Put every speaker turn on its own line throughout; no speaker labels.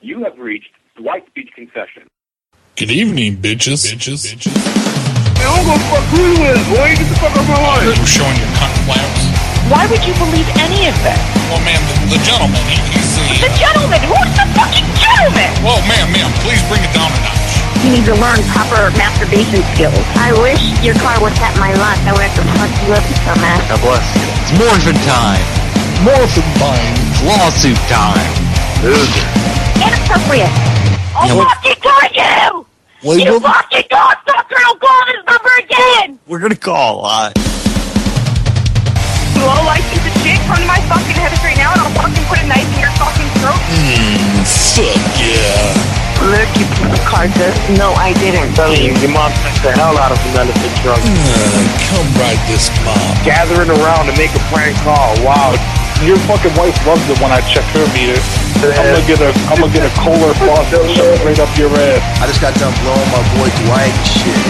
You have reached Dwight's Beach Confession.
Good evening, bitches. Bitches. bitches.
I don't go fuck who you is, boy. Get the fuck out of my life.
You're showing your cunt flaps.
Why would you believe any of this?
Well, ma'am, the, the gentleman, he, he's
The
the...
gentleman! Who's the fucking gentleman?
Whoa, ma'am, ma'am, please bring it down a notch.
You need to learn proper masturbation skills.
I wish your car was at my lot. I would have to fuck you up, dumbass.
God bless you. It's morphin' time.
Morphin' time.
It's lawsuit time.
Inappropriate! I'll
Yeah, what-
fucking torture you!
Well,
you
we'll-
fucking oh, cocksucker! I'll call this number again!
We're gonna call a lot.
You all like piece of shit? Come to my fucking head right now and I'll fucking put a knife in your fucking throat.
Mm, Fuck yeah. Mm.
Look, you piece of carcass. No, I didn't.
telling you, your mom took the hell out of him out of the truck.
Uh, come ride this mob.
Gathering around to make a prank call. Wow.
Your fucking wife loves it when I check her meter. I'm gonna get a I'm gonna get a Kohler faucet and shove it right up your ass.
I just got done blowing my boy Dwight and shit.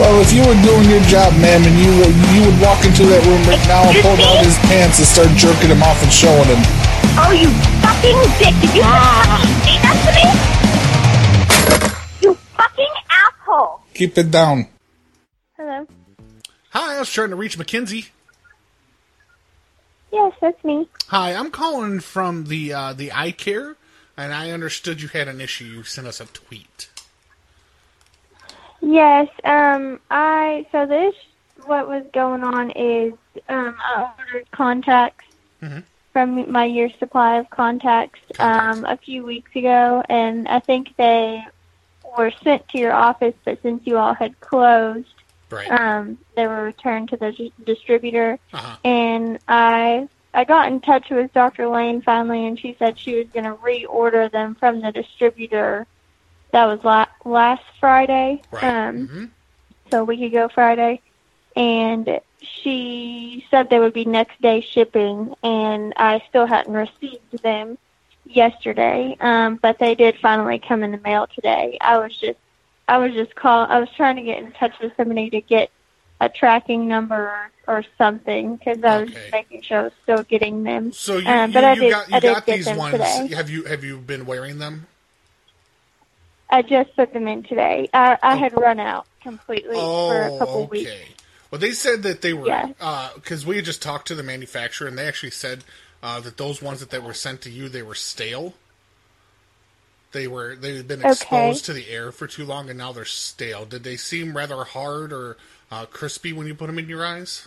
Well, if you were doing your job, ma'am, and you were, you would walk into that room right now and pull down his pants and start jerking him off and showing him.
Oh, you fucking dick! Did you
Ah.
fucking say that to me? You fucking asshole!
Keep it down.
Hello.
Hi, I was trying to reach Mackenzie.
Yes, that's me.
Hi, I'm calling from the uh, the eye care, and I understood you had an issue. You sent us a tweet.
Yes. Um. I so this what was going on is um I ordered contacts
Mm-hmm.
from my year's supply of contacts um a few weeks ago, and I think they were sent to your office, but since you all had closed,
Right.
um, they were returned to the dis- distributor,
Uh-huh.
and I I got in touch with Dr. Lane finally, and she said she was going to reorder them from the distributor. That was la- last Friday,
Right.
um,
Mhm.
so a week ago Friday, and she said they would be next day shipping, and I still hadn't received them yesterday, um, but they did finally come in the mail today. I was just I was just call. I was trying to get in touch with somebody to get a tracking number or, or something because I was
Okay.
just making sure I was still getting them.
So you,
Um,
you,
but I
you
did-
got you
I did
got
get
these
them
ones.
today.
Have you have you been wearing them?
I just put them in today. I, I had run out completely for a couple
Oh,
weeks.
okay. Well, they said that they were
Yeah.
because we had just talked to the manufacturer, and they actually said uh, that those ones that, that were sent to you they were stale. They were they had been
Okay.
exposed to the air for too long, and now they're stale. Did they seem rather hard or uh, crispy when you put them in your eyes?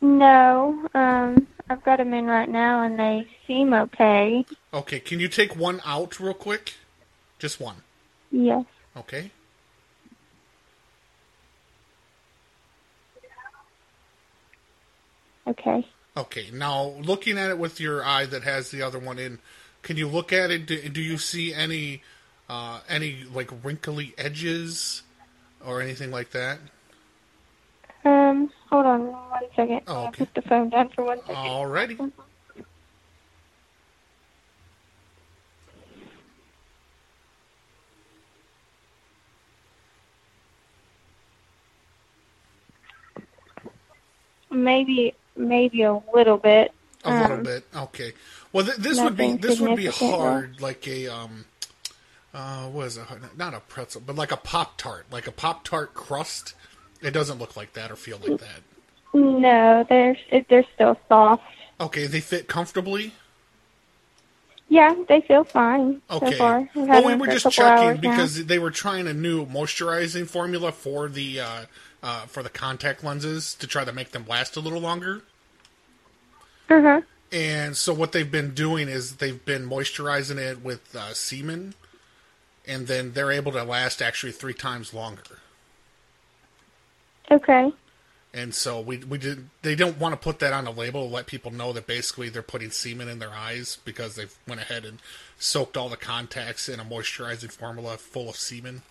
No, um, I've got them in right now, and they seem okay.
Okay, can you take one out real quick? Just one.
Yes.
Okay.
Okay.
Okay. Now, looking at it with your eye that has the other one in, can you look at it? Do, do you see any uh, any like wrinkly edges or anything like that?
Um, hold on one second.
Oh,
I'll
okay.
put the phone down for one second.
Alrighty.
Maybe, maybe a little bit.
A little bit. Okay. Well, th- this would be
Um, nothing
this would be
significant, no.
hard, like a um, uh, what is it? Not a pretzel, but like a pop tart, like a pop tart crust. It doesn't look like that or feel
Mm.
like that.
No, they're it- they're still soft.
Okay, they fit comfortably.
Yeah, they feel fine
Okay.
so far. I've had
well, we
them
were
for a
just
couple
checking
hours now.
because they were trying a new moisturizing formula for the uh, uh, for the contact lenses to try to make them last a little longer.
Uh-huh.
And so what they've been doing is they've been moisturizing it with uh, semen, and then they're able to last actually three times longer.
Okay.
And so we we did they don't want to put that on a label to let people know that basically they're putting semen in their eyes because they went ahead and soaked all the contacts in a moisturizing formula full of semen.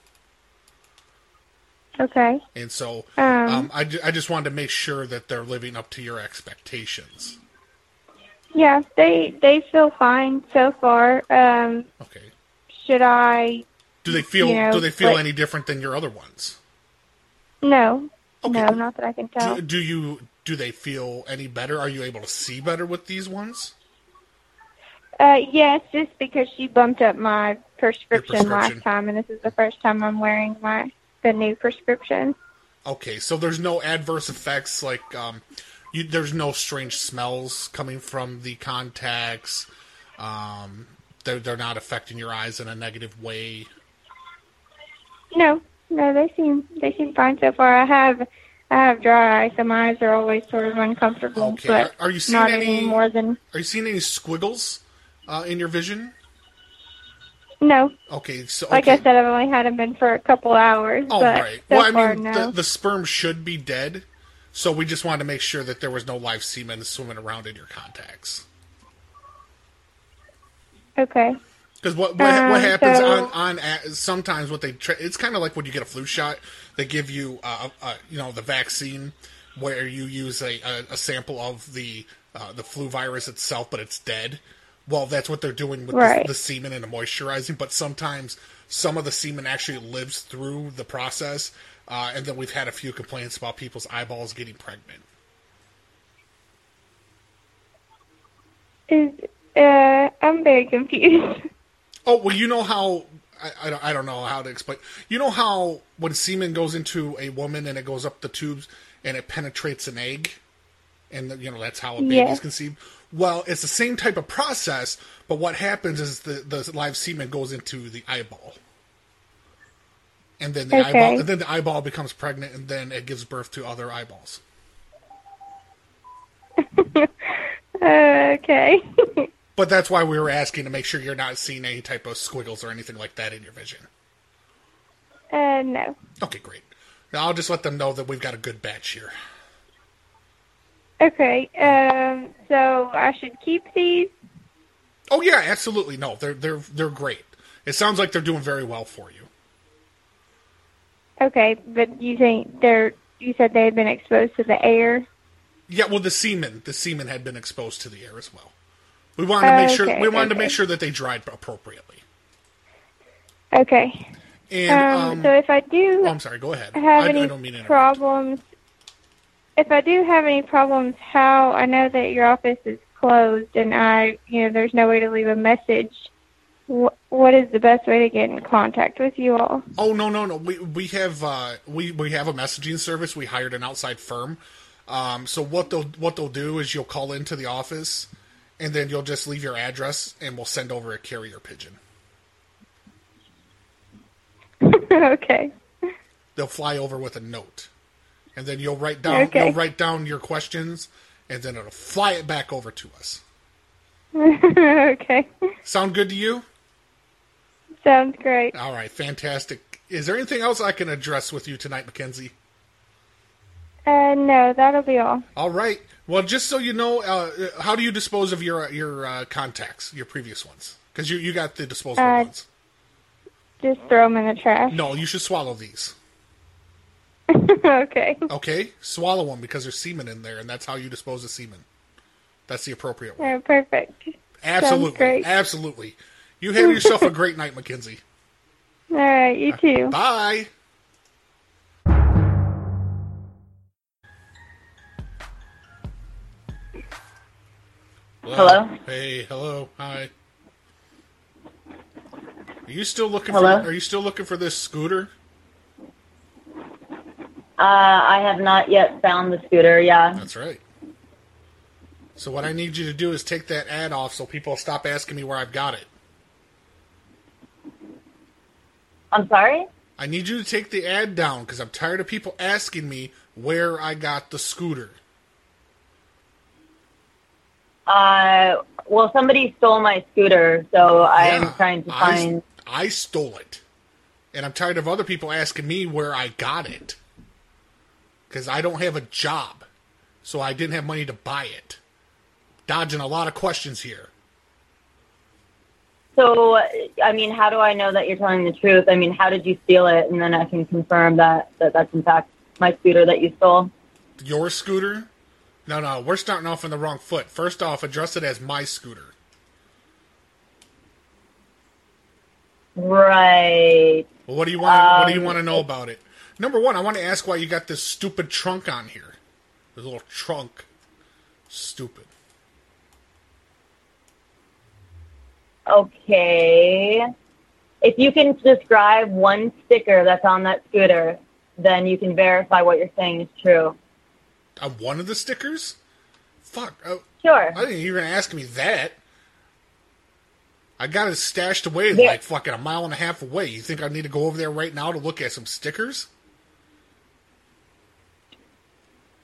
Okay.
And so
Um.
um, I, ju- I just wanted to make sure that they're living up to your expectations.
Yeah, they they feel fine so far. Um,
Okay.
should I?
Do they feel
You know,
do they feel
but-
any different than your other ones?
No,
Okay.
no, not that I can tell.
Do, do you do they feel any better? Are you able to see better with these ones?
Uh, yes, just because she bumped up my prescription,
prescription.
last time, and this is the first time I'm wearing my the new prescription.
Okay, so there's no adverse effects like um, you, there's no strange smells coming from the contacts. Um, they're they're not affecting your eyes in a negative way.
No, no, they seem they seem fine so far. I have I have dry eye, so my eyes are always sort of uncomfortable.
Okay,
but
are- are you seeing
not
any-
more than
Are you seeing any squiggles uh, in your vision?
no?
Okay, so
Like
okay.
I said, I've only had them in for a couple hours,
Oh,
but
right.
so
well, I
far
mean,
no.
the, the sperm should be dead, so we just wanted to make sure that there was no live semen swimming around in your contacts.
okay.
Because what what, what
Um,
happens
so-
on on a- sometimes what they tra- it's kind of like when you get a flu shot, they give you uh, uh you know the vaccine where you use a, a, a sample of the uh, the flu virus itself, but it's dead. Well, that's what they're doing with
Right.
the, the semen and the moisturizing. But sometimes some of the semen actually lives through the process, uh, and then we've had a few complaints about people's eyeballs getting pregnant.
Is uh, I'm very confused.
Oh well, you know how I, I, don't, I don't know how to explain. You know how when semen goes into a woman and it goes up the tubes and it penetrates an egg, and you know that's how a baby
Yeah.
is conceived. Well, it's the same type of process, but what happens is the the live semen goes into the eyeball, and then the
Okay.
eyeball and then the eyeball becomes pregnant, and then it gives birth to other eyeballs.
okay.
But that's why we were asking to make sure you're not seeing any type of squiggles or anything like that in your vision.
uh, no.
Okay, great. Now I'll just let them know that we've got a good batch here.
Okay. Um. So I should keep these.
Oh yeah, absolutely. No, they're they're they're great. It sounds like they're doing very well for you.
Okay, but you think they're? You said they had been exposed to the air.
Yeah, well the semen, the semen had been exposed to the air as well. We wanted to make sure
Okay,
we wanted to
okay.
make sure that they dried appropriately.
Okay.
And um,
um. So if I do
oh, I'm sorry, go ahead.
have
I,
any
I don't mean to interrupt.
problems, if I do have any problems, how I know that your office is closed and I, you know, there's no way to leave a message. Wh- what is the best way to get in contact with you all?
Oh no no no. We we have uh, we we have a messaging service. We hired an outside firm. Um, so what they'll what they'll do is you'll call into the office, and then you'll just leave your address, and we'll send over a carrier pigeon.
okay.
they'll fly over with a note, and then you'll write down
Okay.
you'll write down your questions, and then it'll fly it back over to us.
okay.
Sound good to you?
Sounds great.
All right, fantastic. Is there anything else I can address with you tonight, Mackenzie?
Uh, no, that'll be all.
All right. Well, just so you know, uh, how do you dispose of your your uh, contacts, your previous ones? Because you you got the disposable
Uh,
ones.
Just throw them in the trash.
No, you should swallow these.
okay.
Okay, swallow them because there's semen in there, and that's how you dispose of semen. That's the appropriate way.
Oh, perfect.
Absolutely,
great.
absolutely. You have yourself a great night, Mackenzie.
All right, you too.
Bye.
Hello?
Hey, hello. Hi. Are you still looking
Hello?
for are you still looking for this scooter?
Uh, I have not yet found the scooter. Yeah.
That's right. So what I need you to do is take that ad off so people stop asking me where I've got it.
I'm sorry.
I need you to take the ad down cuz I'm tired of people asking me where I got the scooter.
Uh, well, somebody stole my scooter, so I am
Yeah,
trying to
I s-
find.
I stole it, and I'm tired of other people asking me where I got it because I don't have a job, so I didn't have money to buy it. Dodging a lot of questions here.
So, I mean, how do I know that you're telling the truth? I mean, how did you steal it? And then I can confirm that, that that's in fact my scooter that you stole.
Your scooter? No, no, we're starting off on the wrong foot. First off, address it as my scooter.
Right.
Well, what do you want? what do you
Um,
want to know about it? Number one, I want to ask why you got this stupid trunk on here. This little trunk, stupid.
Okay. If you can describe one sticker that's on that scooter, then you can verify what you're saying is true.
On one of the stickers? Fuck! I,
Sure.
I didn't even ask me that. I got it stashed away
Yeah.
like fucking a mile and a half away. You think I need to go over there right now to look at some stickers?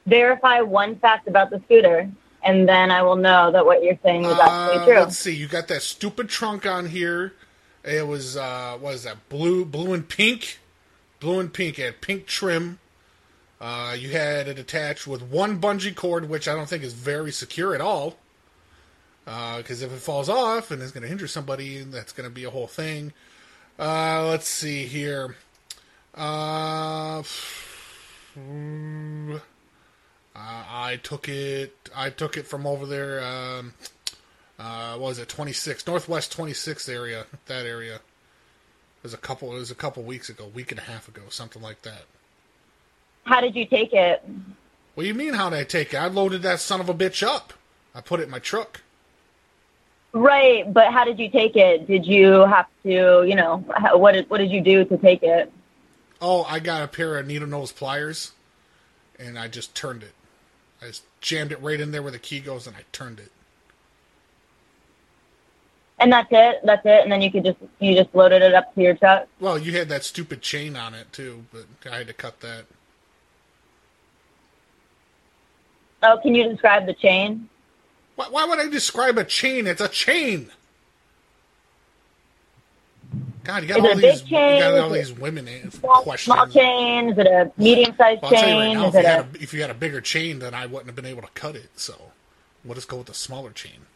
Verify one fact about the scooter, and then I will know that what you're saying is
Uh,
actually true.
Let's see. You got that stupid trunk on here. It was uh, what is that? Blue, blue and pink, blue and pink. It had pink trim. Uh, you had it attached with one bungee cord, which I don't think is very secure at all. Because if it falls off and it's going to injure somebody, that's going to be a whole thing. Uh, let's see here. Uh, mm, I I took it. I took it from over there. Um, uh, what was it 26 northwest 26th area that area it was a couple it was a couple weeks ago week and a half ago something like that
How did you take it?
what do you mean how did i take it i loaded that son of a bitch up i put it in my truck
Right, but how did you take it? Did you have to, you know, how- what did, what did you do to take it?
oh i got a pair of needle nose pliers and i just turned it i just jammed it right in there where the key goes and i turned it
And that's it. That's it. And then you could just you just loaded it up to your truck.
well you had that stupid chain on it too but i had to cut that
Oh, can you describe the chain?
why, why would i describe a chain it's a chain God, you got
Is it
all
a big
these you got
chain?
all
Is
these women in
Small,
questions.
small chain? Is it a medium sized
Well, I'll tell you right
chain?
now, if
is
you,
it
had
a
a, if you had a bigger chain, then I wouldn't have been able to cut it. So we'll just go with the smaller chain.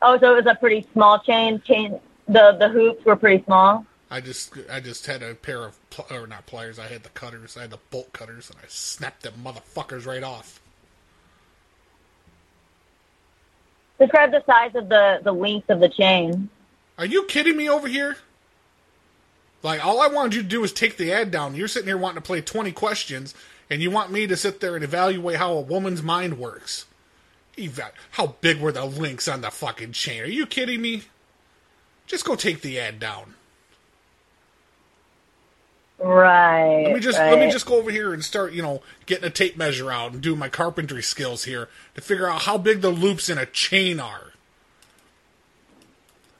oh, so it was a pretty small chain. Chain. The the hoops were pretty small.
I just I just had a pair of pl- or not pliers. I had the cutters. I had the bolt cutters, and I snapped them motherfuckers right off.
Describe the size of the the length of the chain.
Are you kidding me over here? Like all I wanted you to do was take the ad down. You're sitting here wanting to play twenty questions, and you want me to sit there and evaluate how a woman's mind works. Eva- how big were the links on the fucking chain? Are you kidding me? Just go take the ad down.
Right.
Let me just
right.
let me just go over here and start, you know, getting a tape measure out and do my carpentry skills here to figure out how big the loops in a chain are.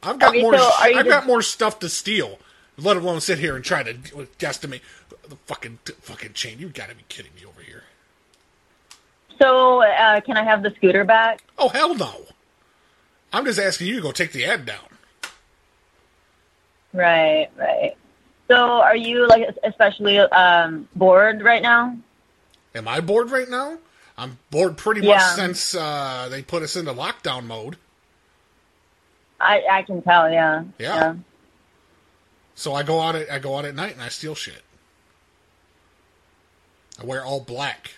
I've got
Okay,
more.
so
sh-
are you
I've
just-
got more stuff to steal. Let alone sit here and try to d- guesstimate the fucking fucking chain. You got to be kidding me over here.
So uh, can I have the scooter back?
Oh hell no! I'm just asking you to go take the ad down.
Right. Right. So are you like especially um, bored right now?
Am I bored right now? I'm bored pretty
Yeah.
much since uh, they put us into lockdown mode.
I I can tell. Yeah.
Yeah. So I go out at I go out at night and I steal shit. I wear all black,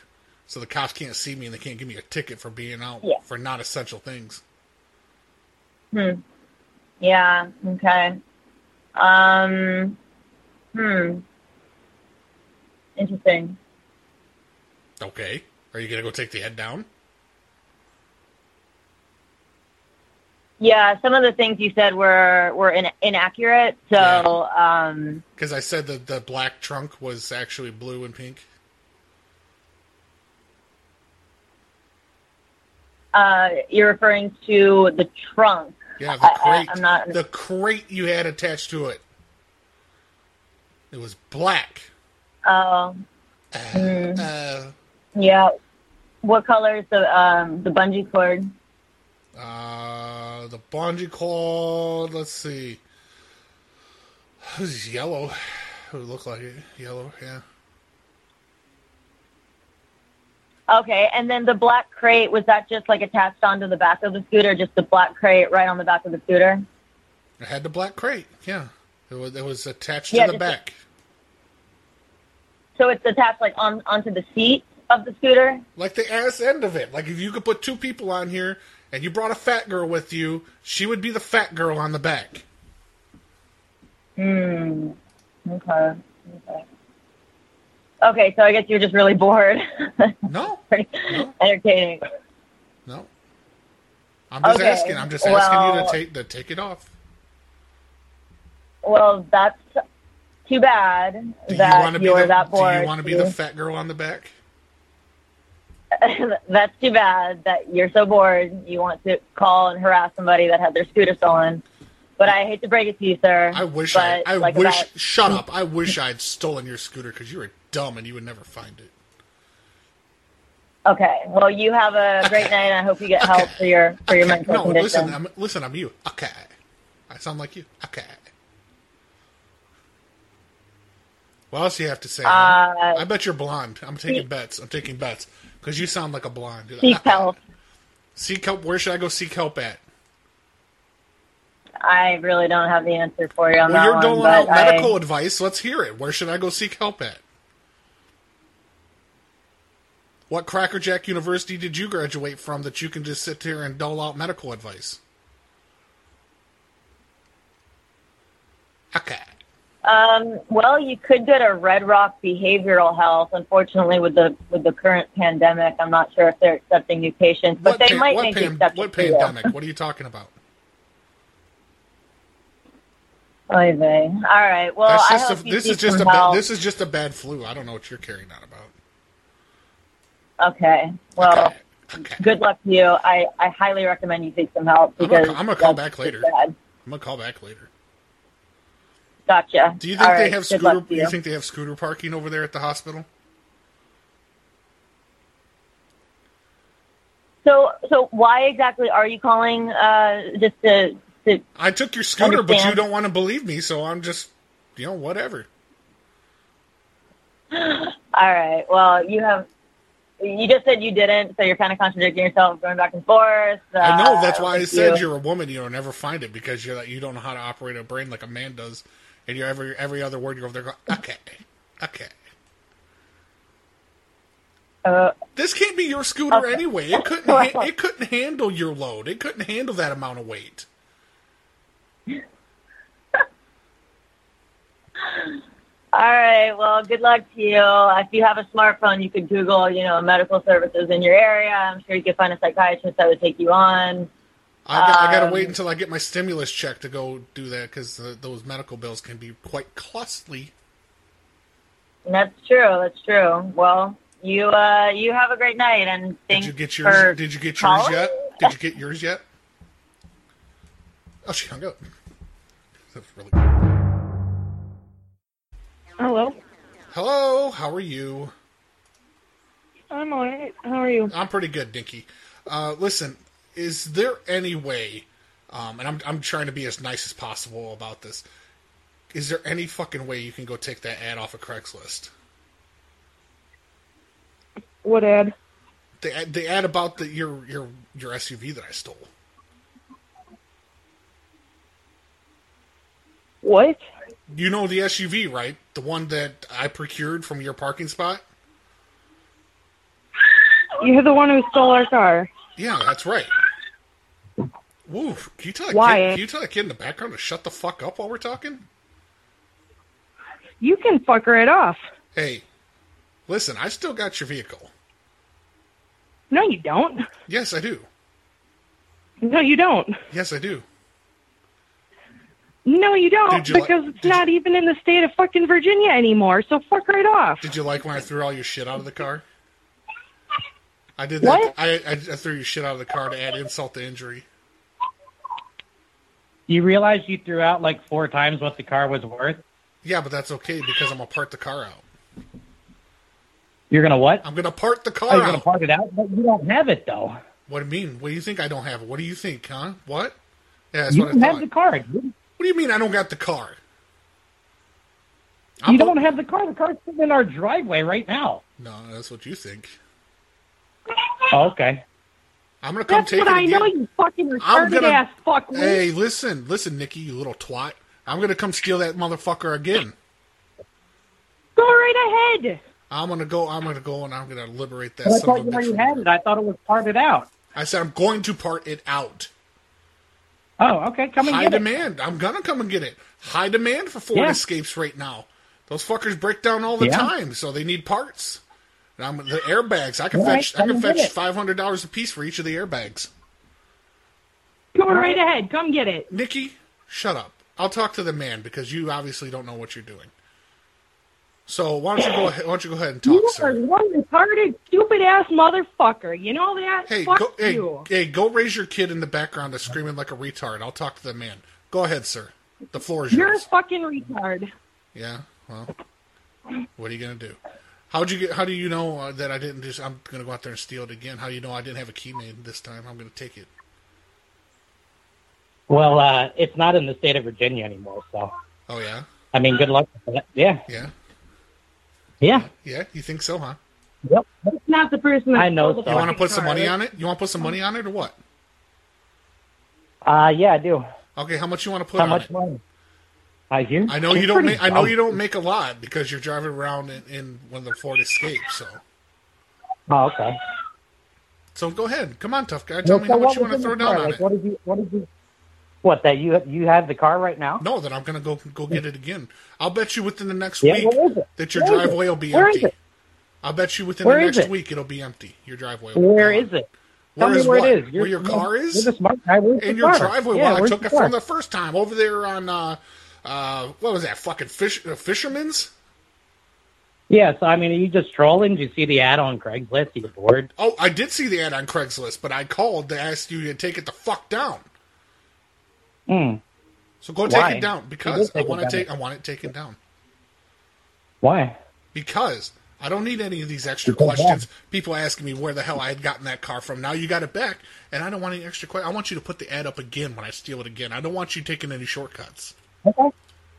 so the cops can't see me and they can't give me a ticket for being out
Yeah.
for not essential things.
Hmm. Yeah. Okay. Um. Hmm. Interesting.
Okay, are you gonna go take the head down?
Yeah, some of the things you said were were in, inaccurate. So, um,
Because I said that the black trunk was actually blue and pink.
uh, you're referring to the trunk.
Yeah,
I-
the
I-
crate.
I'm not-
The crate you had attached to it. It was black.
Oh, Hmm.
Uh,
yeah. What color is the um, the bungee cord?
Uh, the bungee cord. Let's see. This is yellow. It would look like it. Yellow, yeah.
Okay, and then the black crate was that just like attached onto the back of the scooter, just the black crate right on the back of the scooter?
It had the black crate. Yeah, it was, it was attached
Yeah,
to the
just-
back.
So it's attached like on onto the seat of the scooter.
like the ass end of it. Like if you could put two people on here and you brought a fat girl with you, she would be the fat girl on the back.
Hmm. Okay. Okay. Okay, so I guess you're just really bored.
No,
Pretty entertaining.
no. I'm just
Okay,
asking. I'm just asking you
well-
to take to take it off.
Well, that's too bad
Do you
that
want to be
you're
the,
that bored.
Do you want to be the fat girl on the back?
that's too bad that you're so bored. You want to call and harass somebody that had their scooter stolen. But I hate to break it to you, sir.
I wish I.
But
I
like
wish.
about-
Shut up. I wish I'd stolen your scooter because you were dumb and you would never find it.
Okay. Well, you have a great night. and I hope you get help for your for your mental
no,
condition.
listen. I'm, listen, I'm you. Okay. I sound like you. Okay. What else do you have to say? man?
Uh,
I bet you're blonde. I'm taking bets. I'm taking bets because you sound like a blonde.
Seek help.
Seek help. Where should I go seek help at?
I really don't have the answer for you on
Well,
that
you're
one.
doling
but
out
I-
medical advice. Let's hear it. Where should I go seek help at? What Cracker Jack University did you graduate from that you can just sit here and dole out medical advice? Okay.
Um, well, you could go to Red Rock Behavioral Health. Unfortunately, with the with the current pandemic, I'm not sure if they're accepting new patients, but
What
they
pan-
might
what
make
pan-
exceptions.
What
for you.
pandemic? What are you talking about?
Oy vey. All right. Well,
That's
I
just
hope
a-
you
this
seek
is just a
some
bad,
help.
this is just a bad flu. I don't know what you're carrying on about.
Okay. Well,
Okay. Okay.
good luck to you. I, I highly recommend you seek some help
I'm gonna-
because
I'm gonna call
that's
back later.
just bad.
I'm gonna call back later.
Gotcha.
Do you think
All
they
right,
have
good
scooter?
luck to
You.
you.
think they have scooter parking over there at the hospital?
so so why exactly are you calling? Uh, just to to
I took your scooter, but you
Understand.
don't want to believe me, so I'm just, you know, whatever.
all right. Well, you have. You just said you didn't, so you're kind of contradicting yourself, going back and forth. Uh,
I know that's why I
with
said
you.
you. are a woman. You'll never find it because you're like you don't know how to operate a brain like a man does, and you're every every other word you're over there going, okay, okay.
Uh,
This can't be your scooter
Okay.
anyway. It couldn't. Ha- it couldn't handle your load. It couldn't handle that amount of weight.
all right. Well, good luck to you. If you have a smartphone, you could Google, you know, medical services in your area. I'm sure you could find a psychiatrist that would take you on.
I, got, I gotta
Um,
wait until I get my stimulus check to go do that because those medical bills can be quite costly.
And that's true. That's true. Well, you uh, you have a great night, and
Did
thanks
you get
for
yours? Did you get yours
calling.
yet? Did you get yours yet? Oh, she hung up. That's really good.
Hello.
Hello, how are you?
I'm alright. How are you?
I'm pretty good, Dinky. Uh, listen, is there any way? Um, and I'm I'm trying to be as nice as possible about this. Is there any fucking way you can go take that ad off of Craigslist?
What ad?
The ad, the ad about the your your your SUV that I stole.
What?
You know the SUV, right? The one that I procured from your parking spot.
You're the one who stole our car.
Yeah, that's right. Woo! Can you tell that
Why?
Kid, can you tell that kid in the background to shut the fuck up while we're talking?
You can fuck right off.
Hey, listen, I still got your vehicle.
No, you don't.
Yes, I do.
No, you don't.
Yes, I do.
No, you don't.
Did you like-
because it's
did you-
not even in the state of fucking Virginia anymore. So fuck right off.
Did you like when I threw all your shit out of the car? I did that.
What?
I, I I threw your shit out of the car to add insult to injury.
You realize you threw out like four times what the car was worth?
Yeah, but that's okay because I'm gonna part the car out.
You're gonna what?
I'm gonna part the car
Oh, you're
out.
gonna park it out, but you don't have it though.
what do you mean? What do you think I don't have it? What do you think, huh? What? Yeah, that's
you
what I
don't have
thought.
the car. You,
What do you mean I don't got the car?
you
I'm-
don't have the car. The car's sitting in our driveway right now.
No, that's what you think. Ah.
Oh, okay.
I'm gonna come
That's
take
what
it
I
again.
know, you fucking
I'm
retarded
gonna.
ass fuck.
hey, listen, listen, Nikki, you little twat. I'm gonna come steal that motherfucker again.
Go right ahead.
I'm gonna go. I'm gonna go, and I'm gonna liberate that.
Well, I
son
thought
of
you
a bitch
already
from-
had it. I thought it was parted out.
I said I'm going to part it out.
Oh, okay. Come and
High
get it.
demand. I'm gonna come and get it. High demand for Ford
Yeah.
Escapes right now. Those fuckers break down all the
Yeah.
time, so they need parts. And I'm the airbags. I can
All right,
fetch. I
come
can
and get
fetch
it.
five hundred dollars a piece for each of the airbags.
Go right ahead. Come get it.
Nikki, shut up. I'll talk to the man because you obviously don't know what you're doing. So why don't you go ahead? Why don't you go ahead and talk,
You
sir?
are one retarded, stupid ass motherfucker. You know that?
Hey,
fuck
go, hey,
you.
hey, go raise your kid in the background that's screaming like a retard. I'll talk to the man. Go ahead, sir. The floor is
You're a
yours.
fucking retard.
Yeah. Well, what are you gonna do? How'd you get? How do you know uh, that I didn't just? I'm gonna go out there and steal it again. How do you know I didn't have a key made this time? I'm gonna take it.
Well, uh, it's not in the state of Virginia anymore, so.
Oh yeah,
I mean, good luck with that. Yeah.
yeah,
Yeah.
yeah. You think so, huh?
Yep.
Not the person. That
I know
stole the
so.
You want to
fucking
put some
car.
money on it? You want to put some money on it or what?
Uh, yeah, I do.
Okay, how much you want to put
How
on
much
it?
money? I hear.
I know you don't. Make, I know you don't make a lot because you're driving around in, in one of the Ford Escapes. So,
Oh, okay.
so go ahead. Come on, tough guy. Tell
Well,
me
so
how
what
much you
was
want to
in
throw
the car?
down on
Like,
it.
What did you? What did you? What that you you have the car right now?
No, that I'm gonna go go get it again. I'll bet you within the next
Yeah,
week
where is it?
that your
Where is it?
driveway will be
Where is
empty.
it?
I'll bet you within
Where
the
is
next
it?
week it'll be empty. Your driveway. will be
Where
gone.
is it?
Where
Tell me
is
where
what?
it is.
Where
You're-
your car
you're-
is?
You're the smart guy. Where's
In
the
your
car?
driveway
Yeah,
where I
where's
took
the
it from
car?
the first time over there on uh uh what was that fucking fish uh, fisherman's?
Yeah, so I mean, are you just trolling? Did you see the ad on Craigslist? You bored?
Oh, I did see the ad on Craigslist, but I called to ask you to take it the fuck down.
Hmm.
So go take
Why?
it down
You
because
did
I
take it
want to
down.
take I want it taken down
Why?
because I don't need any of these extra
Because
questions. People asking me where the hell I had gotten that car from. Now you got it back, and I don't want any extra questions. I want you to put the ad up again when I steal it again. I don't want you taking any shortcuts.
Okay.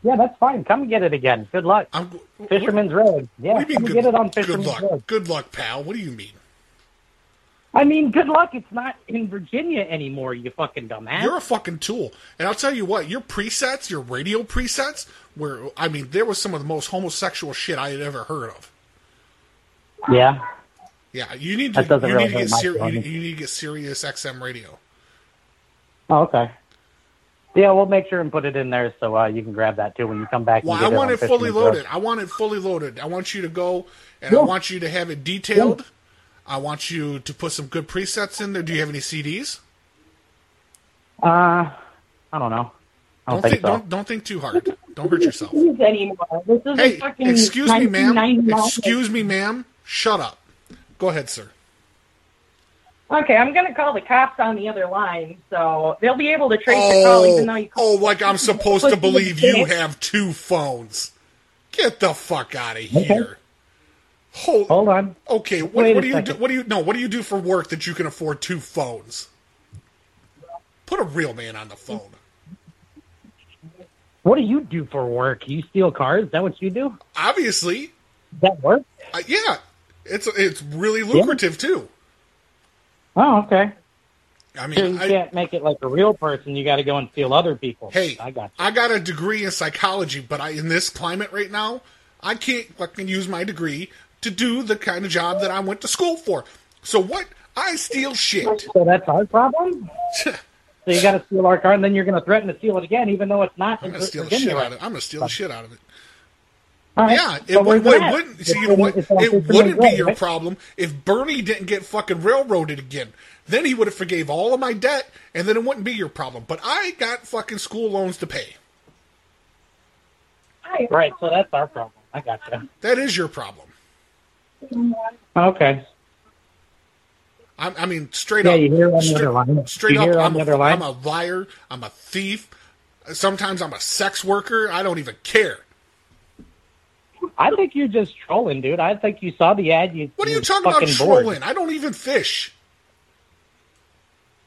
Yeah, that's fine. Come get it again. Good luck.
I'm,
Fisherman's Road. Yeah,
What do you
come
mean? Good,
get it on
good
Fisherman's
luck,
Road.
good luck, pal. What do you mean?
I mean, good luck. It's not in Virginia anymore. You fucking dumbass.
You're a fucking tool. And I'll tell you what, your presets, your radio presets, were I mean, there was some of the most homosexual shit I had ever heard of.
yeah.
Yeah, you need to
That doesn't
you
really
need to
hurt
get
my
ser- you,
feelings.
you need to get serious XM radio.
Oh, okay. Yeah, we'll make sure and put it in there so uh, you can grab that too when you come back.
Well,
and
I
get
want
it,
it
on
fully
Fisherman's
loaded.
Road.
I want it fully loaded. I want you to go and I
Yeah.
want you to have it detailed. I want you to put some good presets in there. Do you have any CDs?
Uh, I don't know. I don't,
don't
think, so.
don't don't think too hard. Don't hurt yourself.
This is anymore. This is
Hey,
a fucking
excuse me, ma'am.
1999.
Excuse me, ma'am. Shut up. Go ahead, sir.
Okay, I'm gonna call the cops on the other line, so they'll be able to trace the call, even though you
oh,
called.
like I'm supposed to believe you have two phones. Get the fuck out of here. Hold,
Hold on.
Okay, what,
Wait
what
a
do you do?
second.
What do you no? What do you do for work that you can afford two phones? Put a real man on the phone.
What do you do for work? You steal cars? Is that what you do?
Obviously,
Does that work?
uh, yeah. It's it's really lucrative too.
Oh, okay.
I
So
mean,
you
I,
can't make it like a real person. You got to go and steal other people.
hey,
I got you.
I got a degree in psychology, but I in this climate right now, I can't fucking use my degree to do the kind of job that I went to school for. So what? I steal shit.
So that's our problem. So you got to steal our car, and then you're going to threaten to steal it again, even though it's not.
I'm
in
gonna steal the
Virginia
shit
right
out of. I'm gonna steal the shit out of it.
All right.
Yeah, it,
So
would,
where's
it
it at?
wouldn't.
It's
See, you know
on-
what?
it's on
It
Fisherman's
wouldn't be
Road,
your
right?
problem if Bernie didn't get fucking railroaded again. Then he would have forgave all of my debt, and then it wouldn't be your problem. But I got fucking school loans to pay.
Right. So that's our problem. I got you.
That is your problem.
Okay.
I, I mean, straight
Yeah,
up.
you hear on the
stra-
other line.
Straight
You
up,
hear on
I'm
the
a,
other line.
I'm a liar. I'm a thief. Sometimes I'm a sex worker. I don't even care.
I think you're just trolling, dude. I think you saw the ad. You,
What are you
you're
talking about
fucking bored.
trolling? I don't even fish.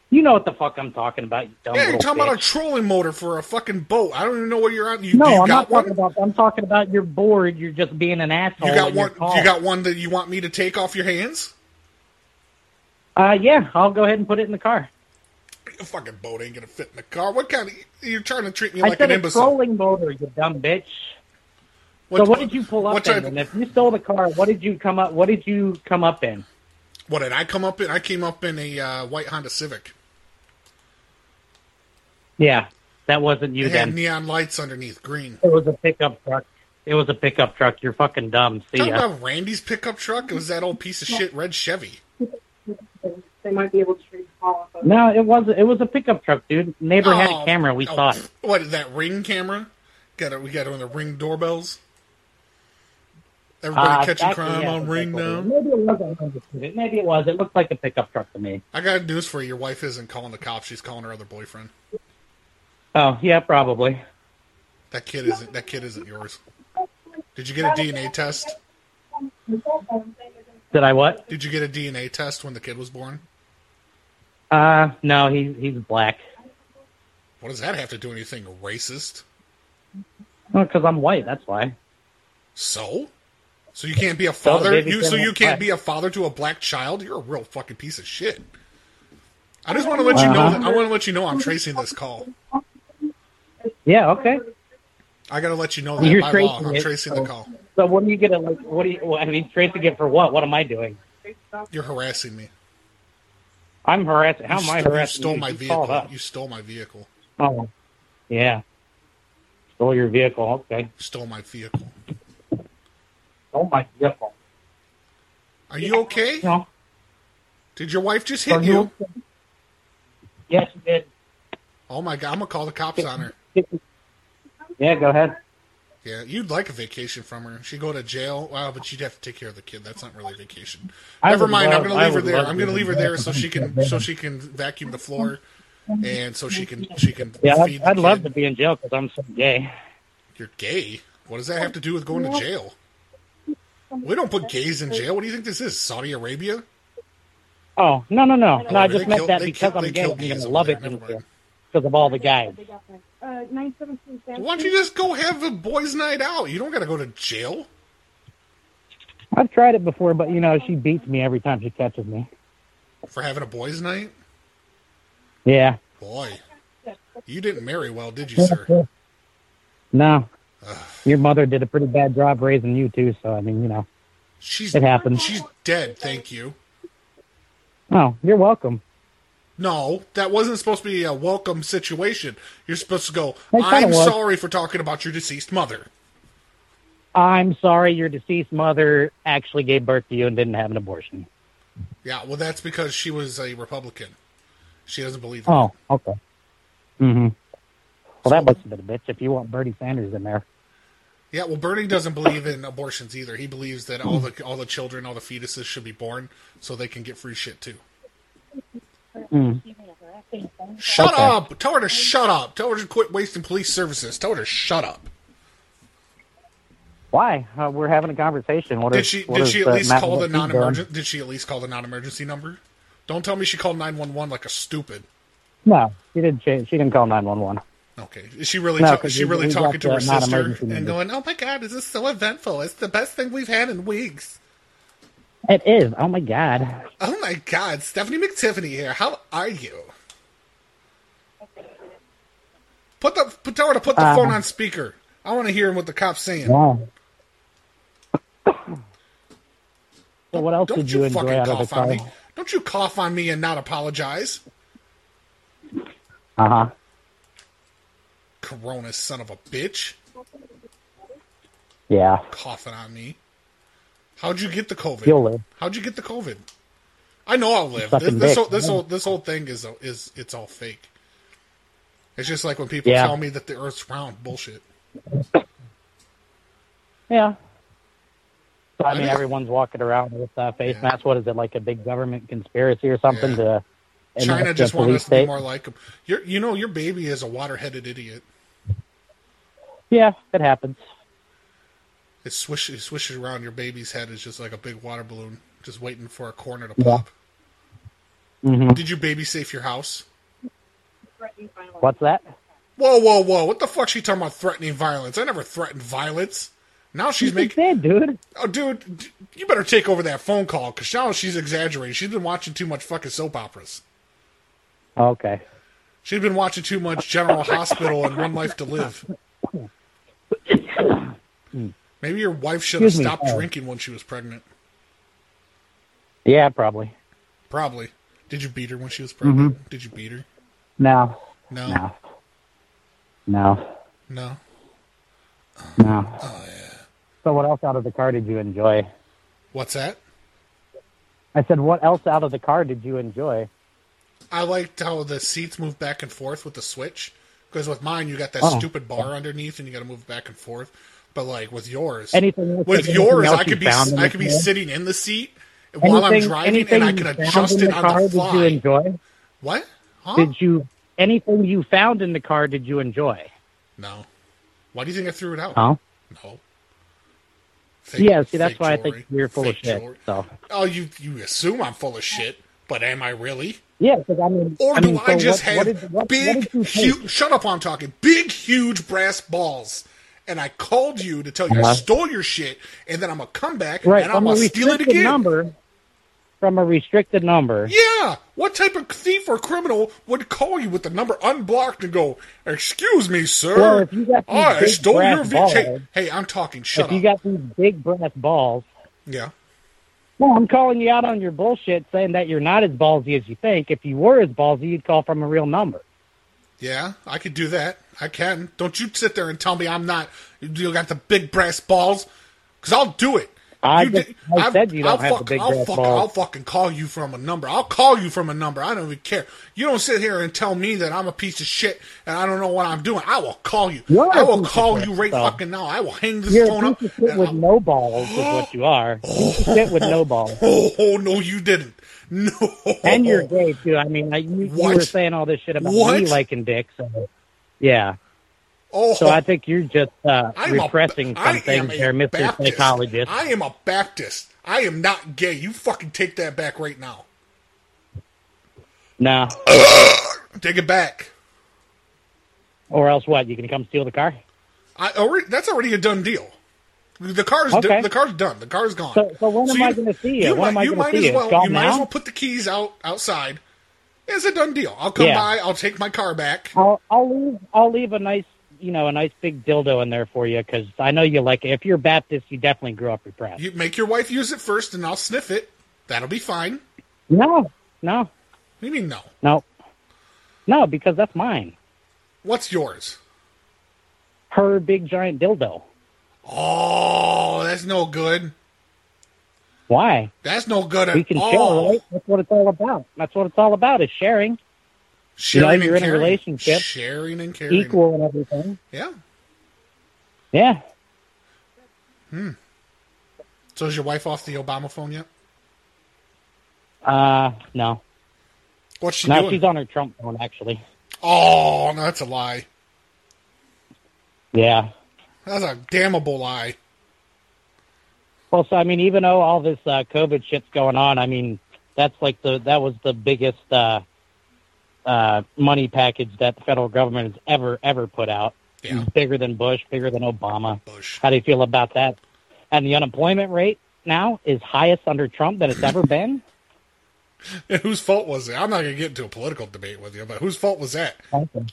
You know what the fuck I'm talking about, you dumb
Yeah, you're
little
talking about a
bitch.
trolling motor for a fucking boat. I don't even know where you're at. You,
no,
you
I'm
got
not
one?
talking about. I'm talking about you're bored. You're just being an asshole.
You got
in your
one.
car.
You got one that you want me to take off your hands?
Uh, yeah, I'll go ahead and put it in the car.
Your fucking boat ain't gonna fit in the car. What kind of you're trying to treat me
I
like
said
an
it's
imbecile?
trolling motor, you dumb bitch. so what did you pull up
what
in?
type-
And if you stole the car, what did you come up? What did you come up in?
What did I come up in? I came up in a uh, white Honda Civic.
Yeah, that wasn't you
It
then.
had neon lights underneath, green.
It was a pickup truck. It was a pickup truck. You're fucking dumb. See
Talking
ya.
about Randy's pickup truck. It was that old piece of shit red Chevy.
They might be able to treat all of them.
No, it was it was a pickup truck, dude. Neighbor had a
Oh,
camera. We
oh,
saw it.
What is that ring camera? Got it. We got it on the ring doorbells. Everybody
Uh,
catching
that-
crime
yeah,
on
that's
ring
what it is.
now.
Maybe it was. I don't understand it. Maybe it was. It looked like a pickup truck to me.
I got news for you. Your wife isn't calling the cops. She's calling her other boyfriend.
Oh yeah, probably.
That kid isn't. That kid isn't yours. Did you get a DNA test?
Did I what?
Did you get a DNA test when the kid was born?
Uh, no, he he's black.
What does that have to do with anything racist?
Because Oh, I'm white. That's why.
So, so you can't be a
Tell the
father.
baby
You so
Tim
you
I'm
can't
black.
be a father to a black child. You're a real fucking piece of shit. I just want to let you know.
Uh-huh.
That, I want to let you know I'm tracing this call.
Yeah. Okay.
I got to let you know that
You're
by law.
tracing
I'm
it,
tracing
so-
the call.
So what are you gonna like? What do you? What, I mean, tracing it for what? What am I doing?
You're harassing me.
I'm harassing. How am
you
I
st-
harassing?
You stole my
You called
vehicle. You stole my vehicle.
up. Oh, yeah. Stole your vehicle. Okay.
Stole my vehicle.
Stole my vehicle.
Are you okay?
No.
Did your wife just hit
Are
you?
you Yes, you did.
Oh my god! I'm gonna call the cops on her.
Yeah. Go ahead.
Yeah, you'd like a vacation from her. She'd go to jail. Wow, but she'd have to take care of the kid. That's not really a vacation.
I
Never
would
mind.
love-
I'm gonna
I
leave her
would
there.
love
I'm
to
gonna leave her
do
there
that.
so she can so she can vacuum the floor, and so she can she can
Yeah,
feed
I'd,
the
I'd
kid.
love to be in jail because I'm so gay.
You're gay. What does that have to do with going to jail? We don't put gays in jail. What do you think this is? Saudi Arabia?
Oh no, no, no, no! I
they
just meant
killed-
that
they
because
killed-
I'm
they
gay. I'm
killed
gonna
gays
love it because of all the guys.
Uh, 917
Why don't you just go have a boys' night out? You don't gotta go to jail.
I've tried it before, but you know she beats me every time she catches me.
for having a boys' night?
Yeah.
Boy, you didn't marry well, did you, sir?
No. Your mother did a pretty bad job raising you too, so I mean, you know,
She's
it happens.
She's dead. Thank you.
oh, you're welcome.
No, that wasn't supposed to be a welcome situation. You're supposed to go.
It kinda
I'm
was.
sorry for talking about your deceased mother.
I'm sorry your deceased mother actually gave birth to you and didn't have an abortion.
Yeah, well, that's because she was a Republican. She doesn't believe. in
Oh, okay. Mm-hmm. Well, that must have been a bitch if you want Bernie Sanders in there.
Yeah, well, Bernie doesn't believe in abortions either. He believes that all the all the children, all the fetuses, should be born so they can get free shit too. Shut
Okay.
up! Tell her to shut up. Tell her to quit wasting police services. Tell her to shut up.
Why? Uh, we're having a conversation. What
Did
is-
she
what
did
is,
she at
uh,
least
Matt
call the
Wilson doing?
non emergent did she at least call the non emergency number? Don't tell me she called nine one one like a stupid.
No, she didn't. She, she didn't call nine one one.
Okay, is she really
No,
ta-
'cause
is she
we-
really
we
talking
got
to her
the non-emergency
sister and
number.
going, "Oh my god, this is so eventful! It's the best thing we've had in weeks."
It is. Oh my god.
Oh my god, Stephanie McTiffany here. How are you? Put the put, tell her to put the
Uh,
phone on speaker. I want to hear what the cops saying.
Wow. so what else
Don't
did
you
you, enjoy
fucking
out of the
cough on
car?
me. Don't you cough on me and not apologize,
Uh huh.
Corona son of a bitch.
Yeah.
coughing on me. How'd you get the COVID?
You'll live.
How'd you get the COVID? I know I'll live. This,
Fucking
this
dick.
whole this whole this whole thing is is it's all fake. It's just like when people
Yeah.
tell me that the Earth's round. Bullshit.
Yeah. So, I
I
mean,
just-
everyone's walking around with uh, face masks. What is it like a big government conspiracy or something? To enact
China
a
just wants
police
us to be
state?
more like them. You're, you know, your baby is a water-headed idiot.
Yeah, it happens.
It swishes, it swishes around your baby's head is just like a big water balloon, just waiting for a corner to
Yeah.
pop.
Mhm.
Did you baby safe your house?
What's that?
Whoa, whoa, whoa! What the fuck? She talking about threatening violence? I never threatened violence. Now she's making
dude.
Oh, dude, d- you better take over that phone call because now she's exaggerating. She's been watching too much fucking soap operas.
Oh, Okay.
She's been watching too much General Hospital and One Life to Live. Maybe your wife should have
Excuse me,
stopped
uh,
drinking when she was pregnant.
Yeah, probably.
Probably. Did you beat her when she was pregnant?
Mm-hmm.
Did you beat her?
No.
No.
No. No.
No.
No. So what else out of the car did you enjoy?
What's that?
I said, what else out of the car did you enjoy?
I liked how the seats move back and forth with the switch. Because with mine, you got that
Oh.
stupid bar underneath, and you got to move back and forth. But like with yours,
Anything else-
with
anything
yours,
else
I
you
could be
found in
I
the
could be
car?
sitting in the seat while I'm
Anything-
driving,
anything
and I can
you found
adjust
in
it
the car
on the fly.
Did you enjoy?
What? Huh?
Did you anything you found in the car? Did you enjoy?
No. Why do you think I threw it out?
Huh?
No.
yeah. See, that's
fake
why I
jewelry.
think you're full of
Fake
shit.
jewelry.
So
Oh, you you assume I'm full of shit, but am I really?
yeah, because I mean,
Or
I
do
mean,
I
so
just
what, what
have
did, what, what
big,
did you take?
huge? Shut up! while I'm talking big, huge brass balls, and I called you to tell you I
Uh-huh.
stole your shit, and then I'm gonna come back
right
and
from
I'm
a
gonna steal it
restricted
again.
number? From a restricted number.
Yeah, what type of thief or criminal would call you with the number unblocked and go, "Excuse me, sir,
Well, if you got these
I
big
stole
brass
your VJ." Hey,
balls-
hey, I'm talking.
if
Shut up.
you got these big brass balls,
yeah.
well, I'm calling you out on your bullshit, saying that you're not as ballsy as you think. If you were as ballsy, you'd call from a real number.
Yeah, I could do that. I can. Don't you sit there and tell me I'm not. You got the big brass balls, because I'll do it.
I
You
just-
di-
I said you don't
I'll
have the
fuck-
big
I'll
brass
fuck-
balls.
I'll fucking call you from a number. I'll call you from a number. I don't even care. You don't sit here and tell me that I'm a piece of shit and I don't know what I'm doing. I will call you.
You're a
I will
piece of
call
shit,
you right
though.
fucking now. I will hang this
You're
phone
a
up.
piece of shit with no balls, is what you are. Piece of shit with no balls.
Oh, oh, no, you didn't. No.
And you're gay too. I mean, like, you, you
What?
were saying all this shit about
What?
me liking dick. So, yeah.
Oh.
So I think you're just uh,
I'm a-
repressing
I
some
am
things
a
there, Mister
Baptist.
Psychologist.
I am a Baptist. I am not gay. You fucking take that back right now.
No,
Take it back.
or else what? You can come steal the car.
I already, that's already a done deal. The car's
Okay.
do- the car's done. The car's gone.
So, so when am
you-
I going to see you?
you
when
might,
am I
you
going
might
to see
as
you?
well
It's gone
you might
now.
as well put the keys out outside. It's a done deal. I'll come
Yeah.
by. I'll take my car back.
I'll, I'll leave. I'll leave a nice, you know, a nice big dildo in there for you because I know you like it. If you're Baptist, you definitely grew up repressed.
You make your wife use it first, and I'll sniff it. That'll be fine. What
no, no,
do you mean no?
no, no, because that's mine.
What's yours?
Her big giant dildo.
Oh, that's no good.
Why?
That's no good at
We can
all.
share, right? That's what it's all about. That's what it's all about is sharing.
Sharing
you know, you're
and
in a
caring.
relationship,
Sharing and caring.
equal and everything.
Yeah.
Yeah.
Hmm. So is your wife off the Obama phone yet?
Uh, no.
What's she
no,
doing?
she's on her Trump phone actually.
Oh, no, that's a lie.
Yeah.
That's a damnable lie.
Well, so I mean, even though all this uh, COVID shit's going on, I mean, that's like the that was the biggest uh, uh, money package that the federal government has ever ever put out.
Yeah.
Bigger than Bush, bigger than Obama.
Bush.
How do you feel about that? And the unemployment rate now is highest under Trump than it's ever been.
And whose fault was it? I'm not going to get into a political debate with you, but whose fault was that?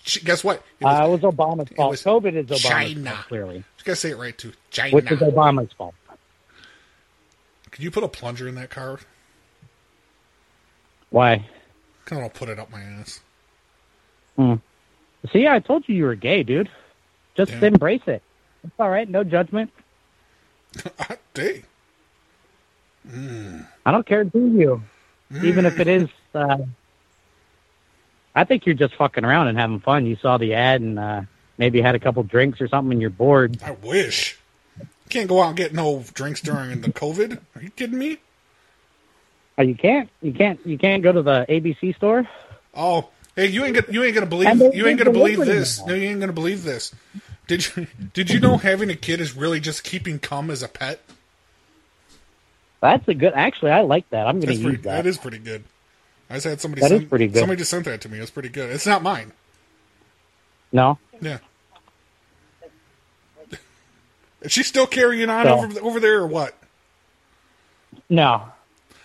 Ch- Guess what? It was,
Uh, it was Obama's fault.
was
COVID is Obama's
China.
fault, clearly,
I got to say it right, too. China.
which is Obama's fault.
Could you put a plunger in that car?
Why?
I don't put it up my ass.
Hmm. See, I told you you were gay, dude. Just
Yeah.
embrace it. It's all right. No judgment.
Dang. Mm.
I don't care do you, even
Hmm.
if it is. Uh, I think you're just fucking around and having fun. You saw the ad and uh, maybe had a couple drinks or something, and you're bored.
I wish. Can't go out and get no drinks during the COVID. Are you kidding me?
Uh, you can't, you can't, you can't go to the ABC store.
Oh, hey, you ain't gonna, you ain't gonna believe
And they-
you ain't
they
gonna believe
deliver
this. No, you ain't gonna believe this. Did you did you know having a kid is really just keeping cum as a pet?
That's a good. Actually, I like that. I'm going to
That's
use
pretty,
that.
that is pretty good. I just had somebody
That
send,
is pretty good.
somebody just sent that to me. It's pretty good. It's not mine.
no,
Yeah. Is she still carrying on
So-
over over there or what?
No.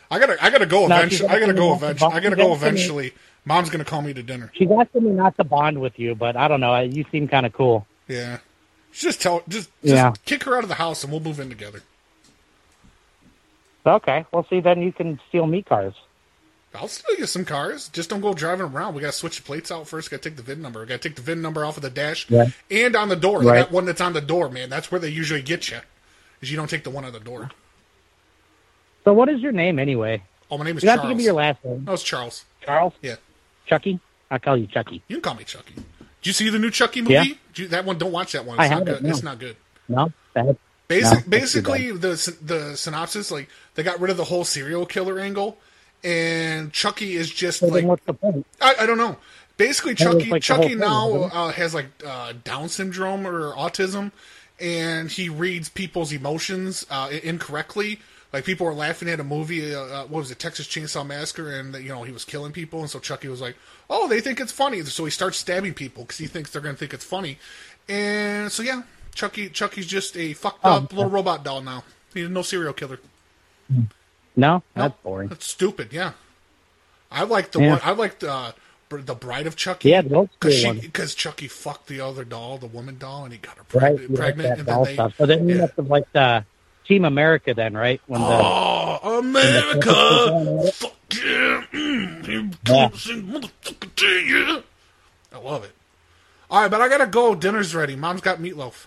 I gotta I gotta go
No, she's
eventually. I gotta
asking
go
me not to
eventually. I gotta
bond-
go
she's asking me-
eventually. Mom's gonna call me to dinner.
She's asking me not to bond with you, but I don't know. You seem kind of cool.
Yeah. Just tell just just
Yeah.
kick her out of the house and we'll move in together.
Okay. Well, see, then you can steal me cars.
I'll still get some cars. Just don't go driving around. We gotta switch the plates out first. Gotta take the VIN number. Gotta take the VIN number off of the dash
Yeah.
and on the door. They
Right.
got one that's on the door, man. That's where they usually get you. Is you don't take the one on the door.
So, what is your name anyway?
Oh, my name is
You
Charles.
have to give me your last name.
No, it's Charles.
Charles?
Yeah.
Chucky? I call you Chucky.
You can call me Chucky. Did you see the new Chucky movie?
Yeah.
Did you- that one. Don't watch that one.
I
It's not
haven't,
good.
no.
It's not good.
No? Bad? No,
Basic,
that's too
basically,
bad.
the syn- the synopsis like they got rid of the whole serial killer angle, and Chucky is just
So
like
then what's the point?
I, I don't know. Basically,
That was,
Chucky
like, the whole
Chucky
thing,
now
wasn't it?
uh, has like uh, Down syndrome or autism, and he reads people's emotions uh, i- incorrectly. Like people were laughing at a movie. Uh, uh, what was it, Texas Chainsaw Massacre? And you know he was killing people, and so Chucky was like, "Oh, they think it's funny," so he starts stabbing people because he thinks they're going to think it's funny. And so yeah, Chucky Chucky's just a fucked
Oh,
up little
okay.
robot doll now. He's no serial killer.
No? That's boring.
That's stupid. Yeah, I like the
Yeah.
one. I like the uh, Br- the Bride of Chucky.
Yeah, the old school
because
one.
because Chucky fucked the other doll, the woman doll, and he got her
Right?
pregnant.
You like
pregnant
that
and
doll
then they,
stuff. So then you must have like uh, Team America then, right? When the,
oh, America, fuck yeah, mm, here
Yeah.
comes this motherfucker to you. I love it. All right, but I gotta go. Dinner's ready. Mom's got meatloaf.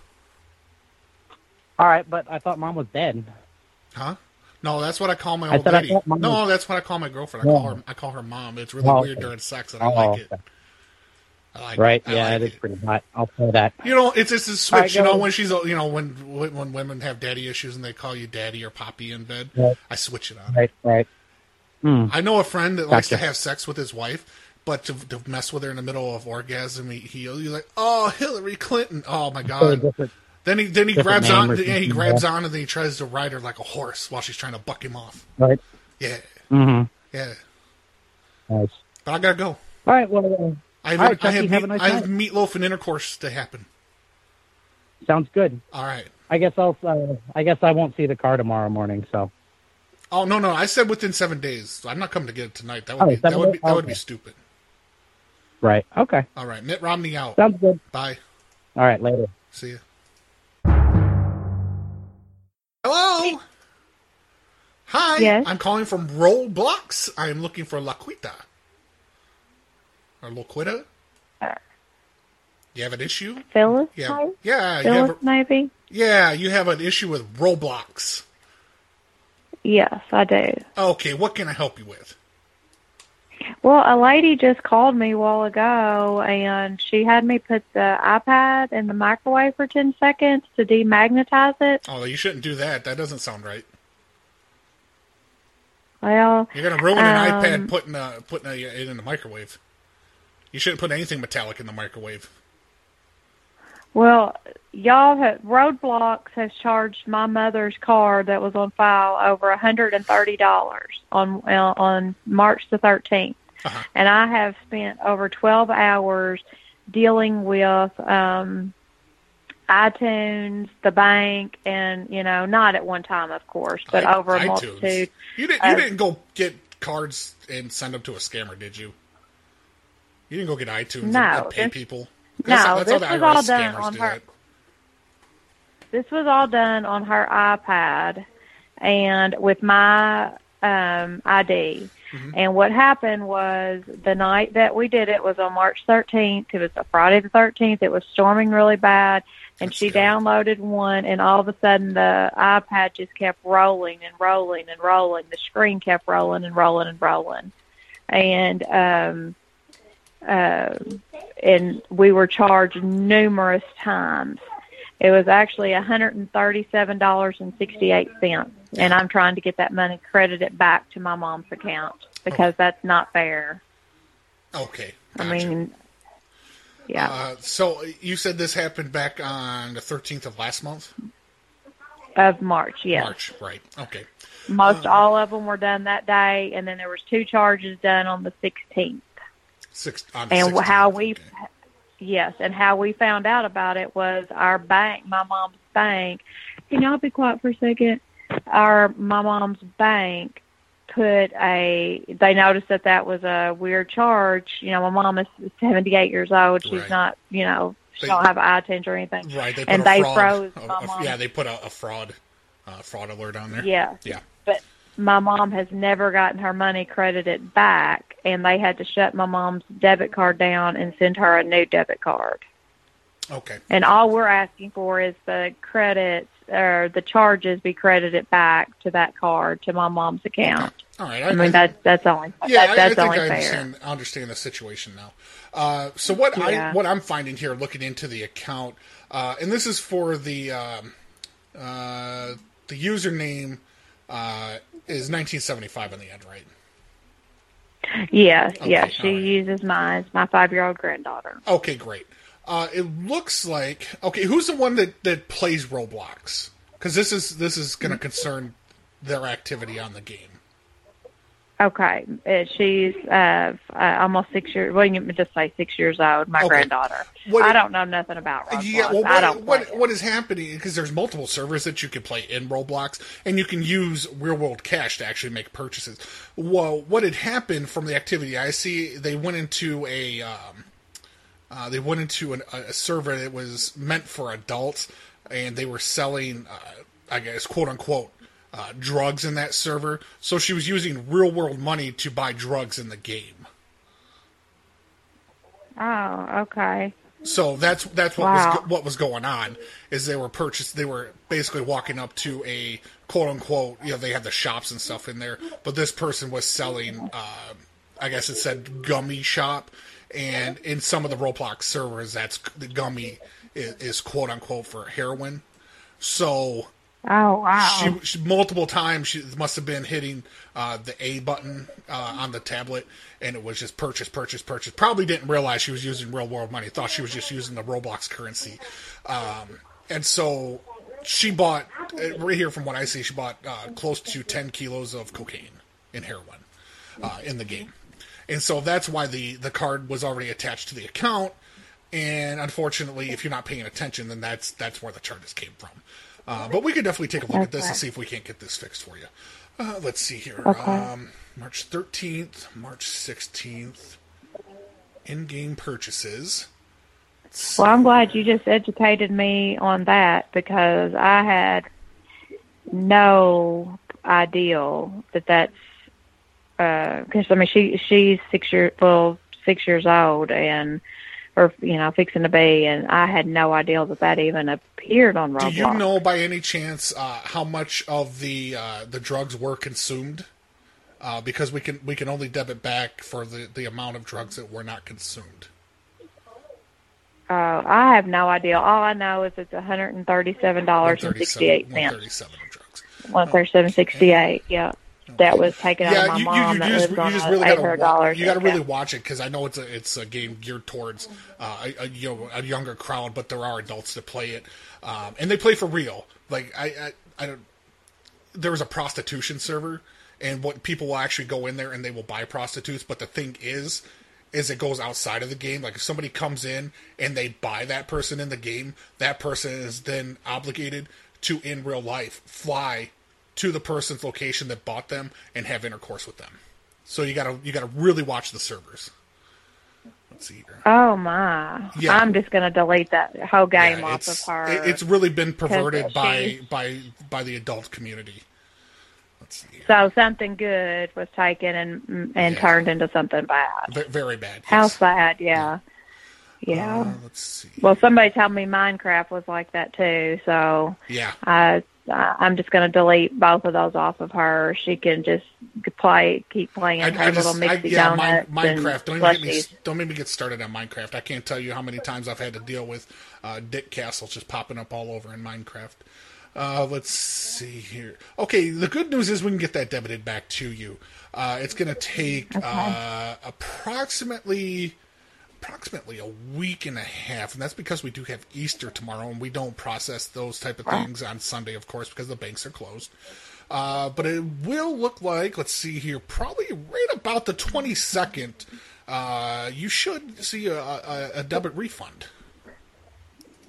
All right, but I thought mom was dead.
Huh? No, that's what I call my
I
old
said I
lady.
thought mom
No,
was-
that's what I call my girlfriend. I call
Yeah.
her. I call her mom. It's really
Oh,
weird
okay.
during sex, and I
Oh,
like it.
okay.
I like
right?
It. I
yeah,
like
it is pretty hot. I'll say that.
You know, it's it's a
All
switch.
right,
you know,
guys.
when she's you know when when when women have daddy issues and they call you daddy or poppy in bed,
Right.
I switch it on.
Right, right. Mm.
I know a friend that likes to
Gotcha.
have sex with his wife, but to, to mess with her in the middle of orgasm, he, he he's like, "Oh, Hillary Clinton! Oh my
So
god!"
different-
Then he then he
different
grabs
name
on,
or
yeah, he
something,
grabs
yeah.
on, and then he tries to ride her like a horse while she's trying to buck him off.
Right.
Yeah,
Mm-hmm.
yeah.
Nice.
But I gotta go.
All right. Well,
I have
All right,
I
Chucky,
have,
have
meat,
a nice
I have
night.
meatloaf and intercourse to happen.
uh, sounds good.
All right.
I guess I'll. Uh, I guess I won't see the car tomorrow morning. So.
Oh no no! I said within seven days. I'm not coming to get it tonight. That would
Oh,
be that
seven
would be,
days?
that would be
Okay.
stupid.
Right. Okay.
All right, Mitt Romney out.
Sounds good.
Bye.
All right. Later.
See ya. Hello. Hi.
Yes?
I'm calling from Roblox. I am looking for Laquita. Or Laquita. You have an issue?
Phyllis?
Yeah.
Hi?
Yeah. You have
Phyllis,
a,
maybe?
yeah. You have an issue with Roblox.
Yes, I do.
Okay. What can I help you with?
Well, a lady just called me a while ago, and she had me put the iPad in the microwave for 10 seconds to demagnetize it.
Oh, you shouldn't do that. That doesn't sound right.
Well,
You're gonna ruin an
Um,
iPad putting uh, putting uh, it in the microwave. You shouldn't put anything metallic in the microwave.
well, y'all have, Roadblocks has charged my mother's car that was on file over $130 on, uh, on March the 13th.
Uh-huh.
And I have spent over 12 hours dealing with, um, iTunes, the bank, and you know, not at one time, of course, but
I-
over a
iTunes.
multitude.
You didn't. You
of-
didn't go get cards and send them to a scammer, did you? You didn't go get iTunes and-
No,
and, pay
this-
people.
no,
how-
this
how
was
the
all
IRS
done
scammers
on
do
her-
that.
This was all done on her iPad and with my um, ID. And what happened was the night that we did it was on March 13th. It was a Friday the 13th. It was storming really bad. And she downloaded one, and all of a sudden the iPad just kept rolling and rolling and rolling. The screen kept rolling and rolling and rolling. And, um, uh, and we were charged numerous times. It was actually $137.68, and I'm trying to get that money credited back to my mom's account because that's not fair.
Okay.
I mean, yeah.
Uh, so you said this happened back on the 13th of last month,
of March, yes.
March, right? Okay.
Most all of them were done that day, and then there was two charges done on the 16th.
Six on the
and
16th.
how we yes and how we found out about it was our bank my mom's bank. Can y'all be quiet for a second? Our my mom's bank put a. They noticed that that was a weird charge. You know, my mom is seventy eight years old. She's
Right.
not. You know,
They-
she don't have eye tinge or anything.
Right, they put
and
a
they
fraud,
froze
a-
my
a-
mom.
yeah, they put a, a fraud uh, fraud alert on there.
Yeah.
Yeah.
But my mom has never gotten her money credited back, and they had to shut my mom's debit card down and send her a new debit card.
Okay.
And all we're asking for is the credits or the charges be credited back to that card to my mom's account.
All right.
I mean that's that's only
Yeah,
that,
I-
that's
I,
only
think I
fair.
understand, I understand the situation now. Uh, so what
Yeah.
I what I'm finding here, looking into the account, uh, and this is for the um, uh, the username uh, is 1975 on the end, right?
Yes,
Okay,
yes, she
all
uses mine, my five year old granddaughter.
Okay, great. Uh, it looks like okay. Who's the one that that plays Roblox? Because this is this is
Mm-hmm.
going to concern their activity on the game.
Okay, uh, she's uh, f- uh, almost six years. Well, you can just say six years old. My
Okay.
granddaughter.
What-
I don't know nothing about Roblox.
Yeah, well,
I don't
what, what, what is happening? Because there's multiple servers that you can play in Roblox, and you can use real world cash to actually make purchases. Well, what had happened from the activity? I see they went into a um, uh, they went into an, a, a server that was meant for adults, and they were selling, uh, I guess, quote unquote, uh, drugs in that server. So she was using real world money to buy drugs in the game.
Oh, okay.
So that's that's what
Wow.
was go- what was going on is they were purchased they were basically walking up to a quote unquote you know they had the shops and stuff in there but this person was selling uh, I guess it said gummy shop and in some of the Roblox servers that's the gummy is, is quote unquote for heroin so
Oh wow.
she, she multiple times she must have been hitting uh, the A button uh, on the tablet, and it was just purchase, purchase, purchase. Probably didn't realize she was using real world money. Thought she was just using the Roblox currency, um, and so she bought. uh, Right here, from what I see, she bought uh, close to ten kilos of cocaine and heroin uh, in the game, and so that's why the the card was already attached to the account. And unfortunately, if you're not paying attention, then that's that's where the charges came from. Uh, but we could definitely take a look at this and
Okay.
see if we can't get this fixed for you. Uh, let's see here.
Okay.
Um, March 13th, March 16th, in game purchases.
Well, I'm glad you just educated me on that because I had no idea that that's because I mean she she's six year well six years old and or you know fixing to be and I had no idea that that even appeared on Roblox.
Do you know by any chance uh, how much of the uh, the drugs were consumed? Uh, because we can we can only debit back for the, the amount of drugs that were not consumed.
Oh, I have no idea. All I know is it's one hundred and thirty-seven dollars and sixty-eight cents.
137 drugs.
One thirty-seven sixty-eight. Yeah, that was taken out of
Oh. Yeah,
my
you,
mom.
you, you,
that
you just,
lives
you
on
just
a
really
eight hundred
gotta wa-
dollars.
you gotta really watch it because I know it's a it's a game geared towards uh, a, a you know a younger crowd, but there are adults that play it, um, and they play for real. Like I, I I don't there was a prostitution server, and what people will actually go in there and they will buy prostitutes. But the thing is, is it goes outside of the game. Like if somebody comes in and they buy that person in the game, that person is then obligated to in real life fly to the person's location that bought them and have intercourse with them. So you gotta you gotta really watch the servers. Let's see here.
Oh my!
Yeah.
I'm just gonna delete that whole game off of
It's,
her.
it- it's really been perverted
Because
by
she-
by by the adult community. Let's see.
so something good was taken and and
Yeah.
turned into something bad.
Ve- very bad.
How sad! Yeah, yeah.
Uh, let's see.
Well, somebody told me Minecraft was like that too. So
Yeah.
I I- I'm just going to delete both of those off of her. She can just play, keep playing her little mixy
yeah, Min- Minecraft.
donuts and
Don't even get me,
slushies.
don't make me get started on Minecraft. I can't tell you how many times I've had to deal with uh, Dick Castles just popping up all over in Minecraft. Uh, let's see here. Okay, the good news is we can get that debited back to you. Uh, it's going to take uh, approximately approximately a week and a half, and that's because we do have Easter tomorrow, and we don't process those type of things on Sunday, of course, because the banks are closed. Uh, but it will look like, let's see here, probably right about the 22nd, uh, you should see a, a, a debit refund.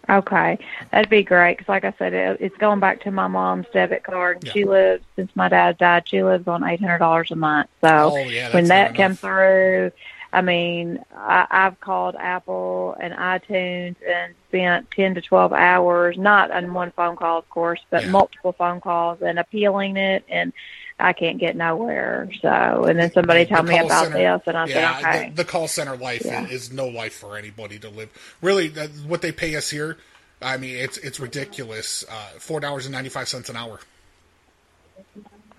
Okay, that'd be great because, like I said, it, it's going back to my mom's debit card. She lives since my dad died. She lives on eight hundred dollars a month. So
Oh, yeah,
when
that's
that
not
comes through, I mean, I, I've called Apple and iTunes and spent ten to twelve hours, not on one phone call, of course, but multiple phone calls and appealing it, and I can't get nowhere. So, and then somebody
The
told me
call
about
center-
this, and I
yeah,
said, okay.
the, the call center life
Yeah.
is, is no life for anybody to live. Really, that, what they pay us here, I mean, it's it's ridiculous. Uh, Four dollars and ninety five cents an hour.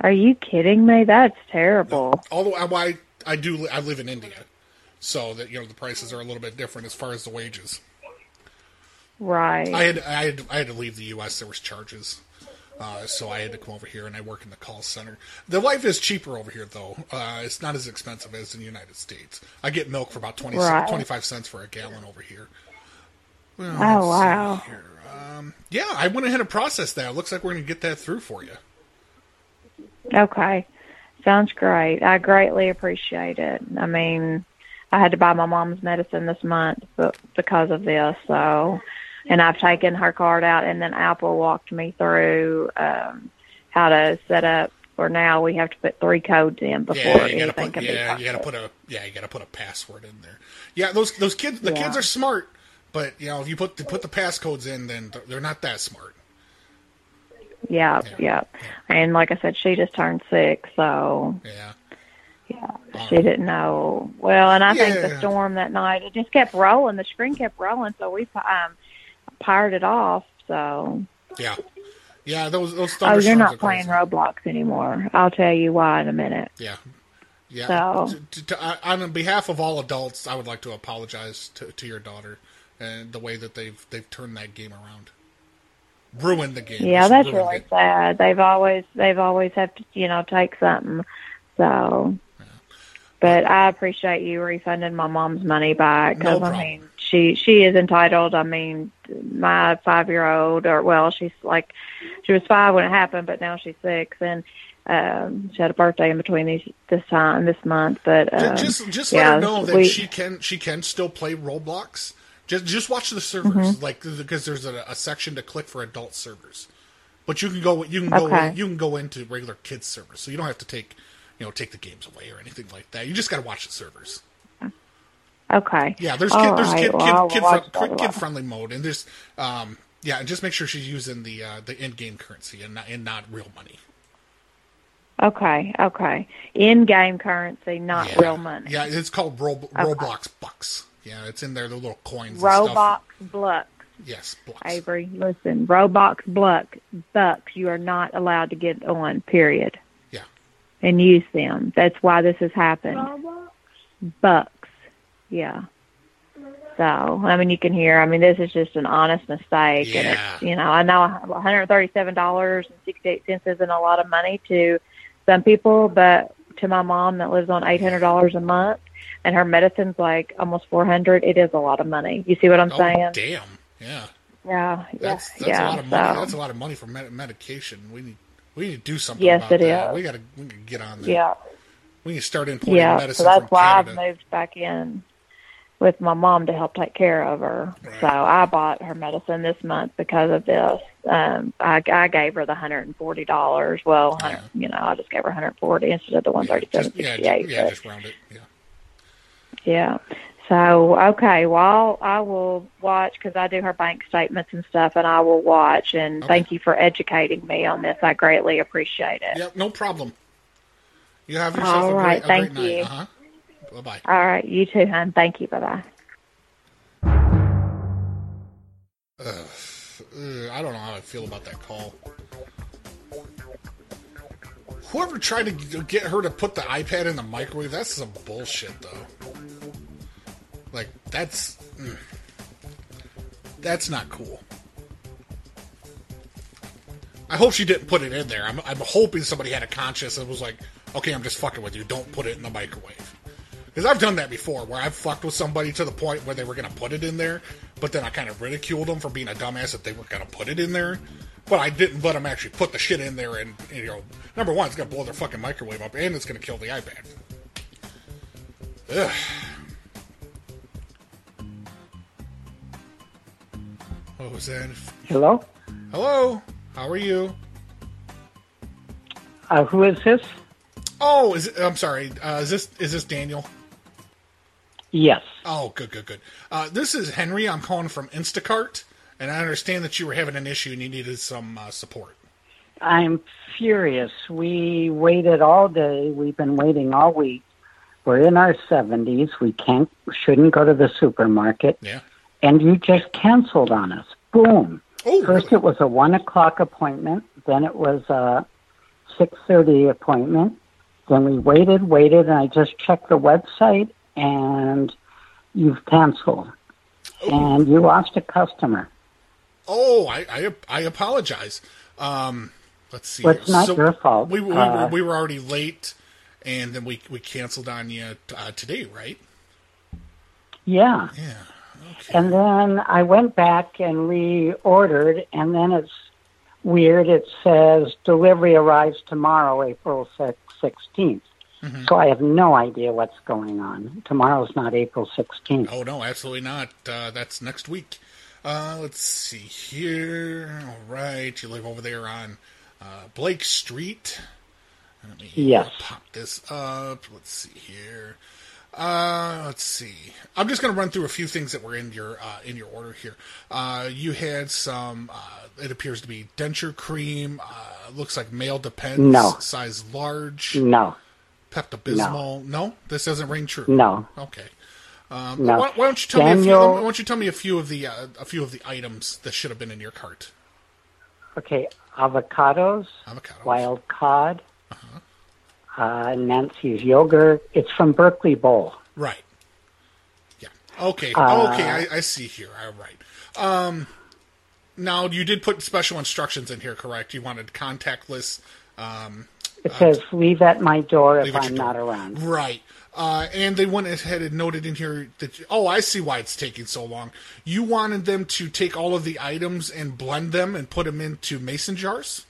Are you kidding me? That's terrible.
Although I, I I do li- I live in India, so that you know the prices are a little bit different as far as the wages.
Right.
I had I had I had to leave the U.S. There was charges, uh, so I had to come over here and I work in the call center. The life is cheaper over here though. Uh, it's not as expensive as in the United States. I get milk for about 20,
Right.
25 cents for a gallon over here. Well,
oh
let's see. Um,
wow.
Yeah, I went ahead and processed that. It looks like we're going to get that through for you.
Okay. Sounds great. I greatly appreciate it. I mean, I had to buy my mom's medicine this month but because of this. So, and I've taken her card out and then Apple walked me through um how to set up or now we have to put three codes in before
Yeah, you gotta
anything
put
can be
yeah, you gotta put a yeah, you gotta put a password in there. Yeah, those those kids the
Yeah.
kids are smart, but you know if you put to put the passcodes in, then th- they're not that smart.
Yeah, yeah. And like I said, she just turned six, so
yeah,
yeah. She didn't know. Well, and I think
Yeah.
the storm that night it just kept rolling. The screen kept rolling, so we um powered it off. So
Yeah, yeah, those those
oh,
thunderstorms.
you're
are crazy.
not playing Roblox anymore. I'll tell you why in a minute.
Yeah, yeah.
So-
To- to- to- I- on behalf of all adults, I would like to apologize to, to your daughter and the way that they've they've turned that game around, ruined the game.
Yeah,
Just
that's
ruined
really
it.
sad. They've always they've always have to you know take something. So, but I appreciate you refunding my mom's money back
No
because I
problem.
mean she she is entitled. I mean my five year old or well she's like she was five when it happened, but now she's six and. Um, she had a birthday in between these this time this month, but um,
just just let
yeah,
her know that
we-
she can she can still play Roblox. Just just watch the servers,
Mhm.
like because there's a, a section to click for adult servers, but you can go you can go
Okay.
you can go into regular kids servers, so you don't have to take you know take the games away or anything like that. You just got to watch the servers.
okay
Yeah, there's
All
kid, there's
right,
kid,
well, I'll
kid, kid,
watch
friend,
that
kid
lot.
friendly mode, and there's um yeah, and just make sure she's using the uh, the in game currency and not and not real money.
Okay, okay. In game currency, not
Yeah.
real money.
Yeah, it's called Rob-
Okay.
Roblox bucks. Yeah, it's in there, the little coins. and
Roblox
stuff.
Bluck.
Yes, bucks.
Avery, listen, Roblox Bluck bucks you are not allowed to get on, period.
Yeah.
And use them. That's why this has happened. Bucks. Yeah. So, I mean, you can hear, I mean, this is just an honest mistake. And it's,
Yeah.
you know, I know $137.68 isn't a lot of money to some people, but to my mom that lives on $800 a month and her medicine's like almost 400 it is a lot of money. You see what I'm
oh,
saying?
Damn. Yeah.
Yeah. yeah,
That's that's a
yeah.
lot of money.
so-
That's a lot of money for med- medication. We need we need to do something.
Yes,
about
it
that.
is.
We gotta we gotta get on that.
Yeah.
We need to start importing
Yeah, so
medicine
that's
from
why I've
Canada.
moved back in with my mom to help take care of her. So I bought her medicine this month because of this. Um, I, I gave her the hundred and forty dollars. Well, hun- you know, I just gave her hundred forty instead of the one thirty seven
yeah,
sixty
ju-
eight.
yeah, just round it. Yeah.
Yeah. So okay, well, I will watch because I do her bank statements and stuff, and I will watch. And thank you for educating me on this. I greatly appreciate it.
Yep, no problem. You have yourself
All
a great,
right,
a
thank
great
you.
night. Uh huh. Bye bye.
All right, you too, hon. Thank you. Bye bye.
I don't know how I feel about that call. Whoever tried to g- get her to put the iPad in the microwave, that's some bullshit, though. Like, that's. mm. that's not cool. I hope she didn't put it in there. I'm, I'm hoping somebody had a conscience and was like, okay, I'm just fucking with you. Don't put it in the microwave. Because I've done that before where I've fucked with somebody to the point where they were going to put it in there, but then I kind of ridiculed them for being a dumbass that they were going to put it in there. But I didn't let them actually put the shit in there and, you know, number one, it's going to blow their fucking microwave up and it's going to kill the iPad. Ugh. What was that?
Hello?
Hello. How are you?
Uh, who is this?
Oh, is it, I'm sorry. Uh, is this is this Daniel?
Yes.
Oh, good, good, good. Uh, this is Henry. I'm calling from Instacart, and I understand that you were having an issue and you needed some uh, support.
I'm furious. We waited all day. We've been waiting all week. We're in our 70s. We can't shouldn't go to the supermarket.
Yeah.
And you just canceled on us. Boom.
Oh,
First it was a one o'clock appointment. Then it was a six thirty appointment. Then we waited, waited, and I just checked the website, and you've canceled, and you lost a customer.
Oh, I I, I apologize. Um, let's see.
Well, it's
here.
not your fault.
We, we,
Uh,
were, we were already late, and then we we canceled on you uh, today, right?
Yeah.
Yeah.
And then I went back and reordered, and then it's weird. It says delivery arrives tomorrow, April sixteenth.
Hmm. Mm-hmm.
So I have no idea what's going on. Tomorrow's not April sixteenth.
Oh no, absolutely not. Uh, that's next week. Uh, let's see here. All right, you live over there on uh, Blake Street. Let me
Yes.
pop this up. Let's see here. Uh, let's see. I'm just going to run through a few things that were in your uh, in your order here. Uh, you had some. Uh, it appears to be denture cream. Uh, looks like male depends.
No.
size large.
No,
Pepto Bismol. No. this doesn't ring true.
No.
Okay. Um,
No.
why, why don't you tell me? A few,
Daniel-
why don't you tell me a few of the uh, a few of the items that should have been in your cart?
okay. Avocados, wild cod,
Uh-huh.
uh Nancy's yogurt. It's from Berkeley Bowl.
Right. Yeah. Okay.
Uh,
okay. I, I see here. All right. Um, now you did put special instructions in here, correct? You wanted contactless. Um,
It says leave at my door if
leave at your
I'm
door."
not around.
Right. Uh, and they went ahead and noted in here that oh, I see why it's taking so long. You wanted them to take all of the items and blend them and put them into mason jars.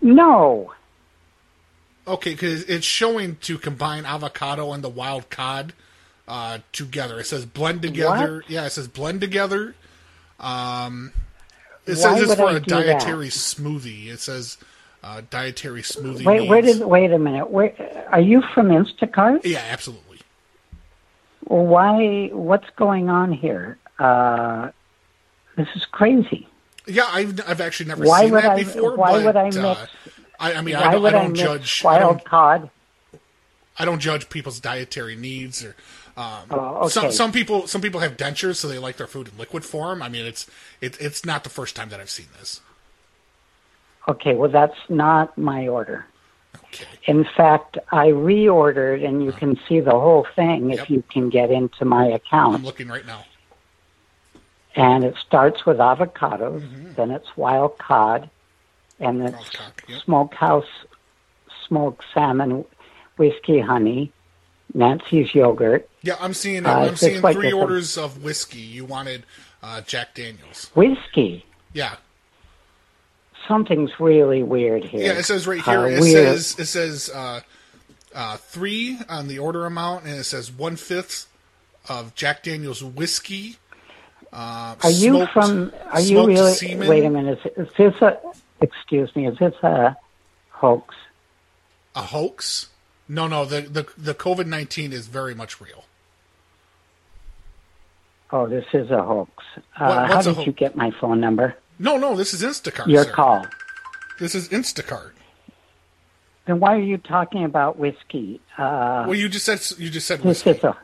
No.
Okay, because it's showing to combine avocado and the wild cod uh, together. It says blend together. Yeah, it says blend together. Um, it
Why
says it's
would
for
I
a
do that?
dietary smoothie. It says uh, dietary smoothie.
Wait, where
needs.
did? Wait a minute. Where are you from? Instacart?
Yeah, absolutely.
Well, why? What's going on here? Uh, this is crazy.
Yeah, I've, I've actually never
Why
seen
would
that
I-
before.
why
but,
would I
uh,
mix-
I, I mean,
why
I don't, I
would I
don't
mix
judge. I
wild
don't,
cod?
I don't judge people's dietary needs or. Um,
Oh,
Some
okay.
some people some people have dentures, so they like their food in liquid form. I mean, it's it, it's not the first time that I've seen this.
Okay, well, that's not my order. In fact, I reordered, and you can see the whole thing if you can get into my
I'm
account.
looking right now.
And it starts with avocados, then it's wild cod, and it's smokehouse smoked salmon, whiskey honey, Nancy's yogurt,
Yeah, I'm seeing.
Uh,
I'm
it's just
seeing
like
three
this one.
orders of whiskey. You wanted uh, Jack Daniels.
whiskey.
Yeah,
Something's really weird here.
yeah. It says right here.
Uh,
it
weird.
says it says uh, uh, three on the order amount, and it says one fifth of Jack Daniels whiskey. Uh,
Are you
smoked-
from? Are you
smoked
really?
Semen.
Wait a minute. Is, is this a? Excuse me. Is this a hoax?
A hoax? No, no. The the the COVID nineteen is very much real.
Oh, this is a hoax.
What-
Uh,
what's
how
a
did
hoax?
you get my phone number?
No, no. This is Instacart.
Your
sir.
call.
This is Instacart.
Then why are you talking about whiskey? Uh,
well, you just said you just said
this
whiskey.
is a.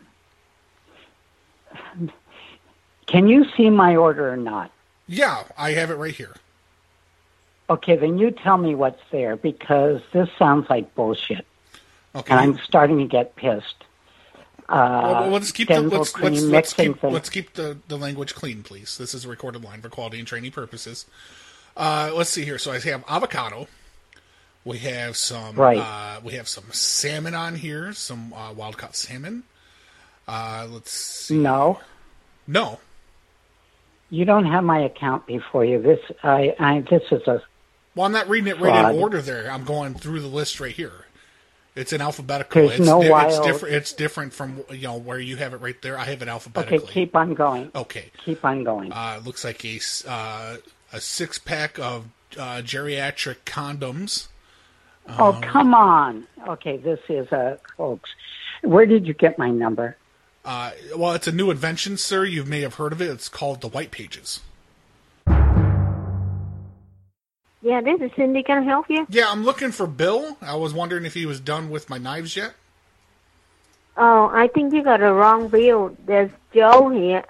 Can you see my order or not?
Yeah, I have it right here.
Okay, then you tell me what's there because this sounds like bullshit.
Okay.
And I'm starting to get pissed. Uh,
Well, well, let's keep the
dental
let's,
cream
let's, let's
mixing
keep
thing.
let's keep the, the language clean, please. This is a recorded line for quality and training purposes. Uh, let's see here. So I have avocado. We have some
Right.
uh, we have some salmon on here, some uh, wild caught salmon. Uh, let's
No,
no.
you don't have my account before you. This I, I this is a
Well, I'm not reading it right
Fraud.
in order. There, I'm going through the list right here. It's in alphabetical.
There's
it's,
no
di- it's
wild-
different. It's different from you know where you have it right there. I have it
Okay,
alphabetically.
keep on going.
Okay.
Keep on going.
Uh, it looks like a s- uh, a six pack of uh, geriatric condoms. Um,
oh, come on. Okay, this is a hoax. Where did you get my number?
Uh, well, it's a new invention, sir. You may have heard of it. It's called the White Pages.
Yeah, this is Cindy. Can I help you?
Yeah, I'm looking for Bill. I was wondering if he was done with my knives yet.
Oh, I think you got the wrong bill. There's Joe here.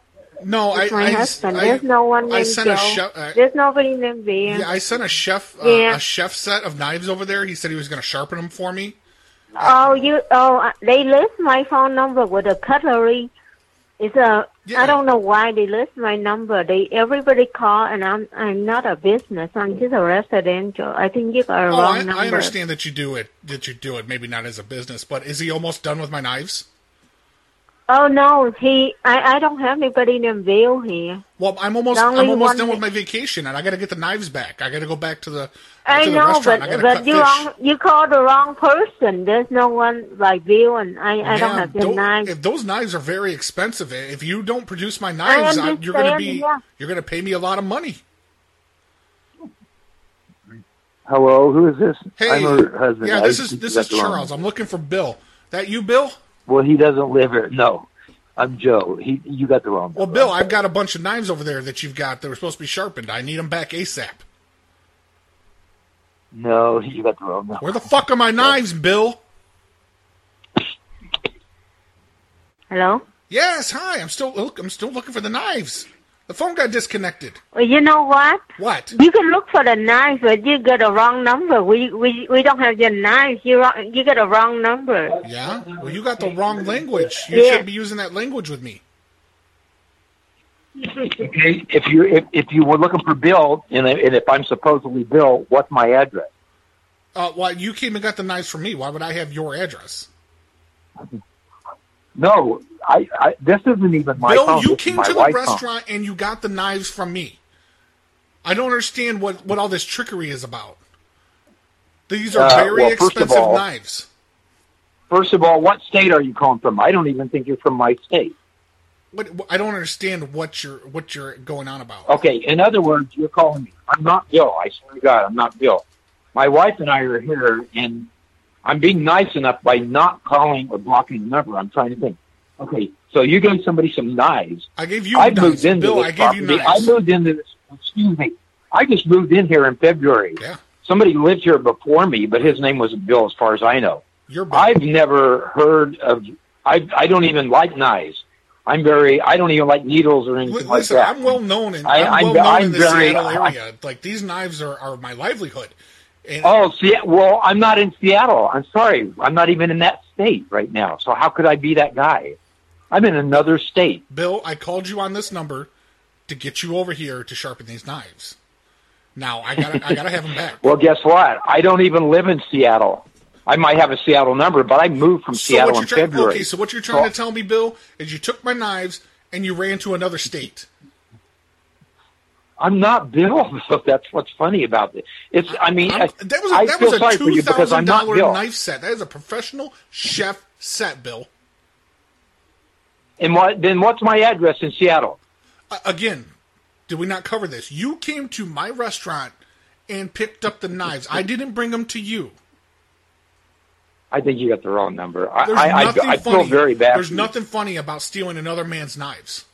No,
It's
I-
my
I-
husband.
I-
There's no one
I
named
sent
Joe.
a chef- I-
There's nobody named Bill.
Yeah, I sent a chef uh,
Yeah.
a chef set of knives over there. He said he was going to sharpen them for me.
Oh, you. Oh, I- they list my phone number with a cutlery. It's a. I don't know why they list my number. They everybody call, and I'm I'm not a business. I'm just a residential. I think you got a
Oh,
wrong
I,
number.
I understand that you do it. That you do it. Maybe not as a business, but is he almost done with my knives?
Oh no, he. I I don't have anybody named Bill here.
Well, I'm almost.
The only
I'm almost
one
done
that-
with my vacation, and I got to get the knives back. I got to go back to the. uh,
I
to the
know,
restaurant.
but
I gotta
but
cut
you
fish.
wrong, you called the wrong person. There's no one like Bill, and I I don't
Ma'am,
have the
tho-
knife.
If those knives are very expensive, eh, if you don't produce my knives, I you're going to
understand,
be
yeah.
you're going to pay me a lot of money.
Hello, who is this?
Hey,
I'm her husband.
yeah,
I
this is
think
this is
that's wrong.
Charles. I'm looking for Bill. That you, Bill?
Well, he doesn't live here. No, I'm Joe. He, you got the wrong.
Well, Bill, I've got a bunch of knives over there that you've got that were supposed to be sharpened. I need them back ASAP.
No, you got the wrong. number.
Where the fuck are my knives, Bill?
Hello.
Yes, hi. I'm still look, I'm still looking for the knives. The phone got disconnected.
Well, you know what?
What?
You can look for the knife, but you got a wrong number. We we we don't have your knife. You wrong, you got a wrong number.
Yeah. Well, you got the wrong language. You
Yeah.
shouldn't be using that language with me.
Okay, if you if, if you were looking for Bill, and, I, and if I'm supposedly Bill, what's my address?
Uh, well, you came and got the knives from me. Why would I have your address?
No, I, I this isn't even my
Bill,
phone.
you
This is
came
my
to the
wife's phone.
restaurant and you got the knives from me. I don't understand what, what all this trickery is about. These are
Uh,
very
well, first of
expensive
all-
knives.
First of all, what state are you calling from? I don't even think you're from my state.
What, what- I don't understand what you're what you're going on about.
Okay, in other words, you're calling me. I'm not Bill. I swear to God, I'm not Bill. My wife and I are here, and I'm being nice enough by not calling or blocking the number. I'm trying to think. Okay, so you gave somebody some knives.
I gave you
I
knives.
moved into
Bill,
this
I gave you
property.
knives.
I moved into this. Excuse me. I just moved in here in February.
Yeah.
Somebody lived here before me, but his name was Bill, as far as I know.
You're Bill.
I've never heard of. I I don't even like knives. I'm very. I don't even like needles or anything
Li-
like
listen,
that.
I'm well known in
I-
I, am
I'm-
well known
I'm
in the
very-
Seattle
I-
area. like these knives are, are my livelihood.
Oh, see, well, I'm not in Seattle. I'm sorry. I'm not even in that state right now. So how could I be that guy? I'm in another state.
Bill, I called you on this number to get you over here to sharpen these knives. Now I gotta I gotta have them back.
Well, guess what? I don't even live in Seattle. I might have a Seattle number, but I moved from
So
Seattle
what
in
you're trying,
February.
okay, so what you're trying to tell me, Bill, is you took my knives and you ran to another state.
I'm not Bill. though. That's what's funny about it. It's. I mean,
I'm-
I-
that was a,
I
that
feel
was
sorry
a
for
two
you because I'm
thousand
not
dollar
Bill.
knife set. That is a professional chef set, Bill.
And what? Then what's my address in Seattle?
Uh, again, did we not cover this? You came to my restaurant and picked up the knives. I didn't bring them to you.
I think you got the wrong number. I
There's
I, I,
nothing
I
funny.
feel very bad.
There's
for you.
nothing funny about stealing another man's knives.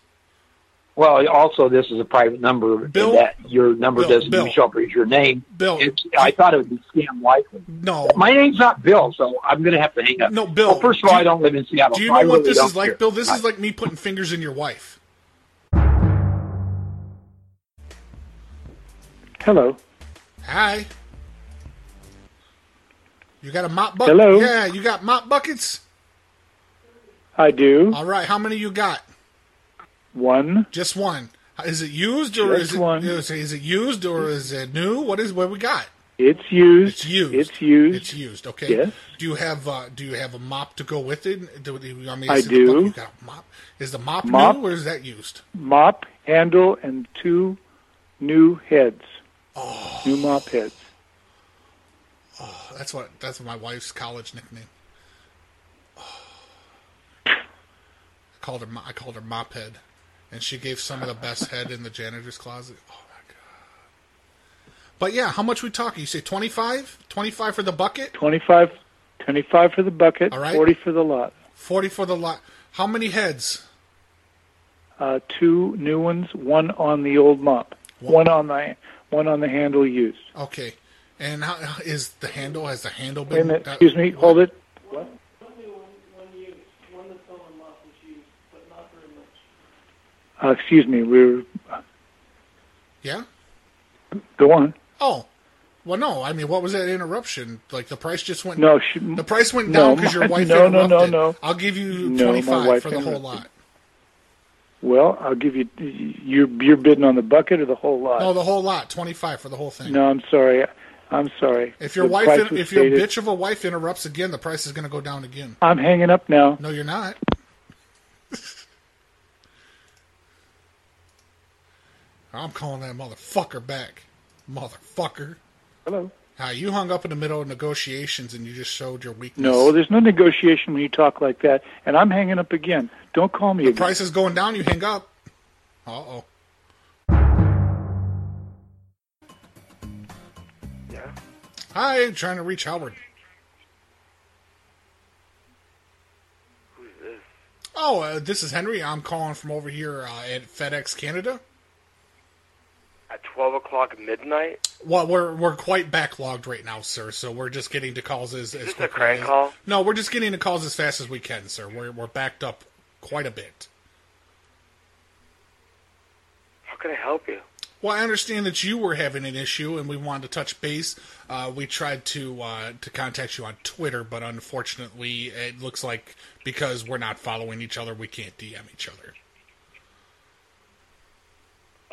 Well, also this is a private number.
Bill?
and that your number
Bill,
doesn't
Bill.
even show up as your name.
Bill,
It's, I thought it would be scam likely.
No,
my name's not Bill, so I'm going to have to hang up.
No, Bill,
Well, first of all, I don't live in Seattle.
Do you
so
know
I
what
really
this
don't
is like,
care.
Bill? This is like me putting fingers in your wife.
Hello.
Hi. You got a mop bucket?
Hello?
Yeah, you got mop buckets?
I do.
All right, how many you got?
One.
Just one. Is it used or
Just
is it is- is it used or is it new? What is what we got?
It's used. It's
used.
It's used.
It's used. Okay.
Yes.
Do you have uh, do you have a mop to go with it? Do, do you want me to
I
see the
do.
bucket? You got a mop. Is the mop,
Mop.
new or is that used?
Mop, handle, and two new heads.
Oh.
New mop heads.
That's what that's my wife's college nickname. called her. mo- I called her mop head, and she gave some of the best head in the janitor's closet. Oh my god! But yeah, how much we talking? You say 25? 25 for the bucket,
25, 25 for the bucket,
All right.
40 for the lot.
forty for the lot. How many heads?
Uh, two new ones, one on the old mop, one on the one on the handle used.
Okay, and how how is the handle? Has the handle
Wait a
been?
minute,
uh,
excuse me, hold it. Uh, excuse me, we're
Yeah.
go on.
Oh, well, no. I mean, what was that interruption? Like the price just went.
No, she-
the price went
no,
down because your
my-
wife
no, no,
interrupted.
no, no.
I'll give you
No, my
twenty-five
wife
for the whole
interrupted.
lot.
Well, I'll give you. You're you're bidding on the bucket or the whole lot?
No, the whole lot, twenty-five for the whole thing.
No, I'm sorry. I'm sorry.
If your
The
wife,
price
in,
was
if your
stated-
bitch of a wife interrupts again, the price is going to go down again.
I'm hanging up now.
No, you're not. I'm calling that motherfucker back, motherfucker.
Hello.
Ah, you hung up in the middle of negotiations and you just showed your weakness.
No, there's no negotiation when you talk like that. And I'm hanging up again. Don't call me
The
again.
price is going down. You hang up. Uh oh.
Yeah.
Hi, trying to reach Howard.
Who's this?
Oh, uh, this is Henry. I'm calling from over here uh, at FedEx Canada.
At 12 o'clock midnight?
Well, we're we're quite backlogged right now, sir. So we're just getting to calls as as
Is this a
quickly
crank
as-
call?
No, we're just getting to calls as fast as we can, sir. We're we're backed up quite a bit.
How can I help you?
Well, I understand that you were having an issue, and we wanted to touch base. Uh, we tried to uh, to contact you on Twitter, but unfortunately, it looks like because we're not following each other, we can't DM each other.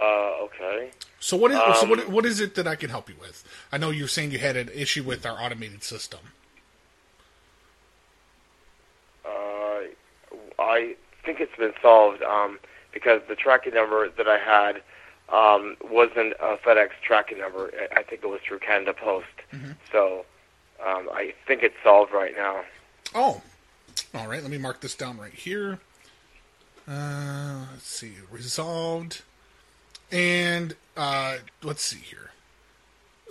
Uh, okay.
So what is so
Um,
what, what is it that I can help you with? I know you're saying you had an issue with our automated system.
Uh, I think it's been solved um, because the tracking number that I had um, wasn't a FedEx tracking number. I- I think it was through Canada Post.
Mm-hmm.
So um, I think it's solved right now.
Oh, all right. Let me mark this down right here. Uh, let's see, resolved, and uh, let's see here.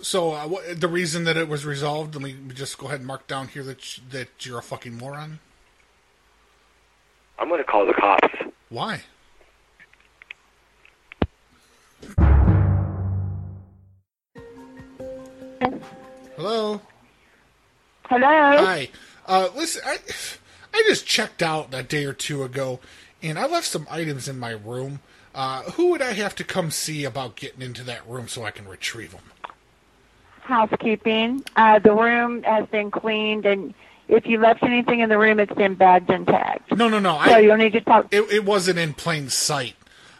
So uh, what, the reason that it was resolved, let me just go ahead and mark down here that sh- that you're a fucking moron.
I'm going to call the cops.
Why? Hello.
Hello.
Hi. Uh, listen, I I just checked out a day or two ago, and I left some items in my room. Uh, who would I have to come see about getting into that room so I can retrieve them?
Housekeeping. Uh, the room has been cleaned, and if you left anything in the room, it's been bagged and tagged.
No, no, no.
so
I,
you'll need to talk.
It, it wasn't in plain sight.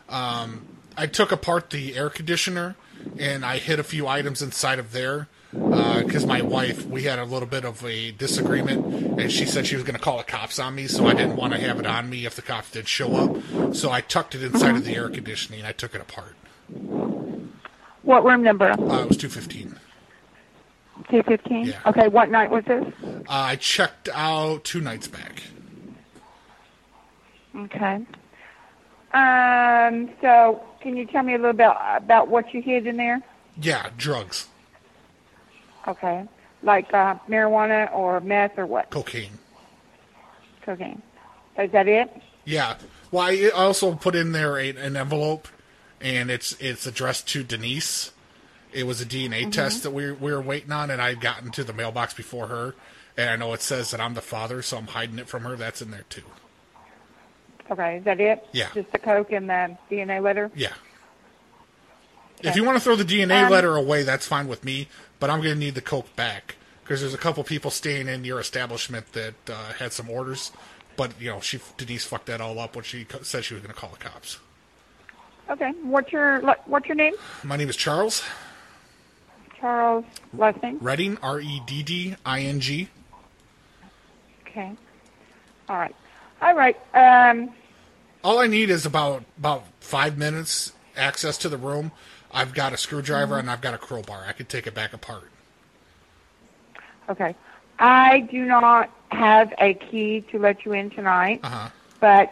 Um, I took apart the air conditioner and I hid a few items inside of there because my wife, we had a little bit of a disagreement and she said she was going to call the cops on me, so I didn't want to have it on me if the cops did show up. So I tucked it inside of the air conditioning and I took it apart.
What room number?
Uh, it was 215.
Two fifteen. Okay. What night was this?
Uh, I checked out two nights back.
Okay. Um. So, can you tell me a little bit about what you hid in there?
Yeah, drugs,
Okay. Like uh, marijuana or meth or what?
cocaine.
Cocaine. Is that it?
Yeah. Well, I I also put in there a, an envelope, and it's it's addressed to Denise. It was a DNA
Mhm.
test that we we were waiting on, and I had gotten to the mailbox before her. And I know it says that I'm the father, so I'm hiding it from her. That's in there too.
Okay. Is that it?
Yeah.
Just the coke and the DNA letter.
Yeah. If you want to throw the DNA
Um,
letter away, that's fine with me. But I'm going to need the coke back because there's a couple people staying in your establishment that uh, had some orders. But you know, she Denise fucked that all up when she co- said she was going to call the cops.
Okay. What's your What's your name?
My name is Charles.
Charles. Last name.
Redding, R E D D I N G.
Okay. All right. All right. Um,
All I need is about about five minutes access to the room. I've got a
Mm-hmm.
screwdriver and I've got a crowbar. I could take it back apart.
okay. I do not have a key to let you in tonight,
Uh huh.
but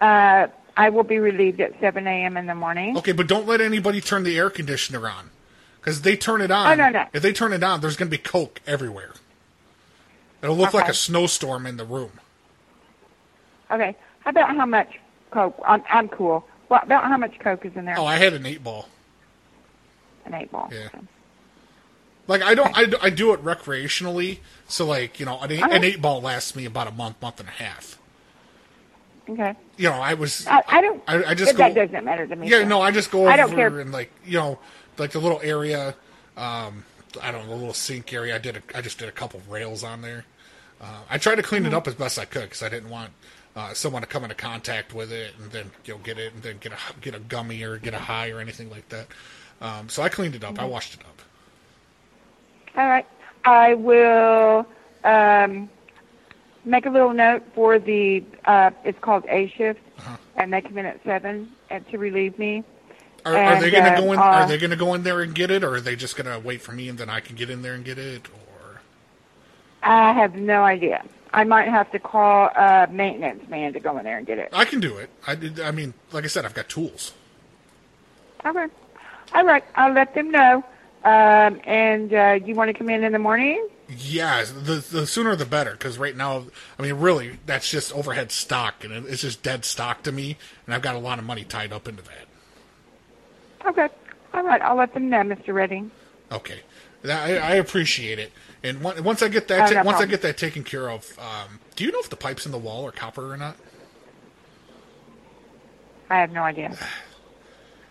Uh, I will be relieved at 7 a.m. in the morning.
Okay, but don't let anybody turn the air conditioner on. Because they turn it on.
Oh, no, no.
If they turn it on, there's going to be coke everywhere. It'll look like a snowstorm in the room.
Okay. How about how much Coke? I'm, I'm cool. What about how much Coke is in there?
Oh, I had an eight ball.
An eight ball.
Yeah. Like I don't, I, do- I do it recreationally. So like you know, an eight, an
Okay.
eight ball lasts me about a month, month and a half.
Okay.
You know, I was,
I, I don't.
I, I just
but
go.
that doesn't matter to me.
yeah,
sir.
no, I just go over
I don't care.
and like you know, like the little area. Um, I don't know, the little sink area. I did, a, I just did a couple rails on there. Uh, I tried to
Mm-hmm.
clean it up as best I could because I didn't want uh, someone to come into contact with it and then you know get it and then get a get a gummy or get a high or anything like that. Um, so I cleaned it up. I
Mhm.
washed it up.
All right. I will um, make a little note for the. Uh, it's called A shift,
Uh-huh.
and they come in at seven and to relieve me.
Are, are they
And,
going to
uh,
go in?
uh,
are they going to go in there and get it, or are they just going to wait for me and then I can get in there and get it?
I have no idea. I might have to call a maintenance man to go in there and get it.
I can do it. I did. I mean, like I said, I've got tools.
Okay. All right. I'll let them know. Um, and uh, you want to come in in the morning?
Yeah, the the sooner the better. Because right now, I mean, really, that's just overhead stock, and it- it's just dead stock to me. And I've got a lot of money tied up into that.
Okay. All right. I'll let them know, Mr. Redding.
Okay, That- I, I appreciate it. And on- once I get
Oh,
that, ta-
no
once I
problem.
get that taken care of, um, do you know if the pipes in the wall are copper or not?
I have no idea.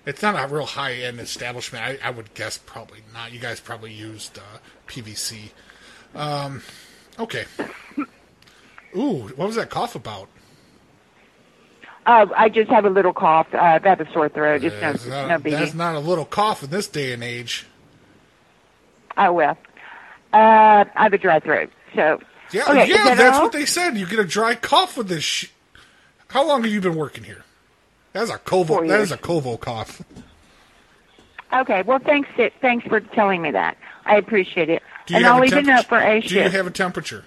It's not a real high end establishment. I, I would guess probably not. You guys probably used uh, PVC. Um, okay. Ooh, what was that cough about?
Uh, I just have a little cough. Uh, I've had a sore throat. It's no,
That's not,
no
that's
biggie.
not a little cough in this day and age.
Oh, well. Uh, I have a dry throat. So,
Yeah,
okay, is
yeah,
that
that's
all?
what they said. You get a dry cough with this. Sh- How long have you been working here? That's a Kovo.
Four
That
years.
is a Kovo cough.
Okay. Well, thanks. Thanks for telling me that. I appreciate it.
Do you
and
have
I'll
a
leave a
temperature-
note for a
Do you
shift.
have a temperature?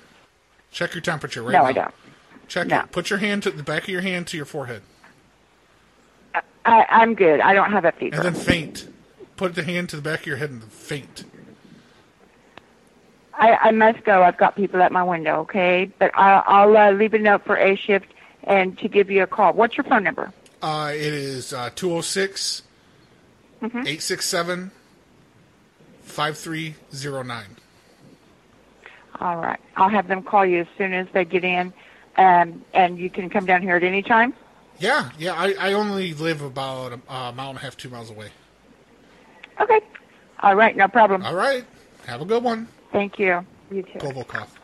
Check your temperature right
No,
now.
I don't.
Check
No.
it. Put your hand to the back of your hand to your forehead.
I, I'm good. I don't have a fever.
And then faint. Put the hand to the back of your head and faint.
I, I must go. I've got people at my window, okay? But I, I'll uh, leave a note for A shift and to give you a call. What's your phone number?
Uh, it is uh, 206
Mm-hmm.
867 5309.
All right. I'll have them call you as soon as they get in, um, and you can come down here at any time.
Yeah, yeah, I, I only live about a, a mile and a half, two miles away.
Okay. All right. No problem.
All right. Have a good one.
Thank you. You too.
Global cough.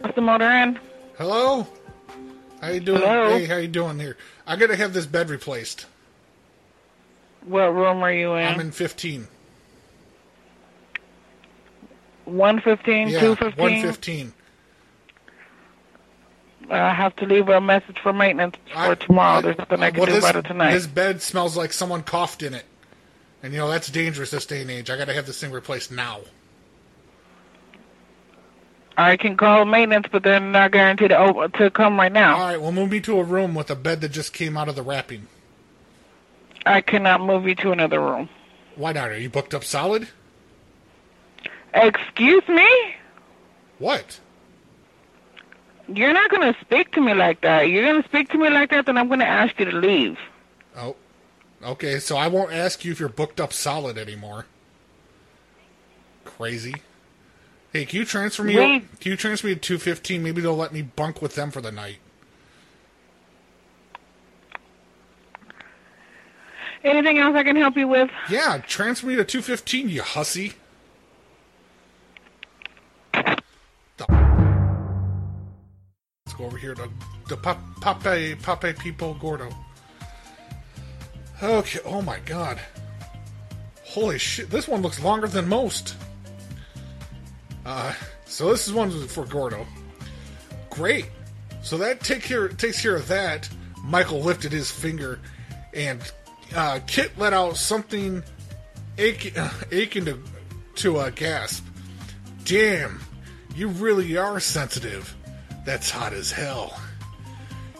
What's the motor in?
Hello? How you doing?
Hello?
Hey, how you doing here? I gotta have this bed replaced.
What room are you in?
I'm in 15.
115,
Yeah,
215?
115.
I have to leave a message for maintenance for tomorrow. There's nothing I can
Well,
do
this,
about it tonight.
this bed smells like someone coughed in it. And, you know, that's dangerous this day and age. I gotta have this thing replaced now.
I can call maintenance, but they're not guaranteed to, op- to come right now.
All right, well, move me to a room with a bed that just came out of the wrapping.
I cannot move you to another room.
Why not? Are you booked up solid?
Excuse me?
What?
You're not going to speak to me like that. You're going to speak to me like that, then I'm going to ask you to leave.
Oh. Okay, so I won't ask you if you're booked up solid anymore. Crazy. Hey, can you transfer me?
Wait.
Can you transfer me to two fifteen? Maybe they'll let me bunk with them for the night.
Anything else I can help you with?
Yeah, transfer me to two fifteen, you hussy. The- Let's go over here to the pop, Pape Pape People Gordo. Okay. Oh my God. Holy shit! This one looks longer than most. Uh, so this is one for Gordo. Great. So that take care takes care of that. Michael lifted his finger, and uh, Kit let out something aching, aching to to a uh, gasp. Damn, you really are sensitive. That's hot as hell.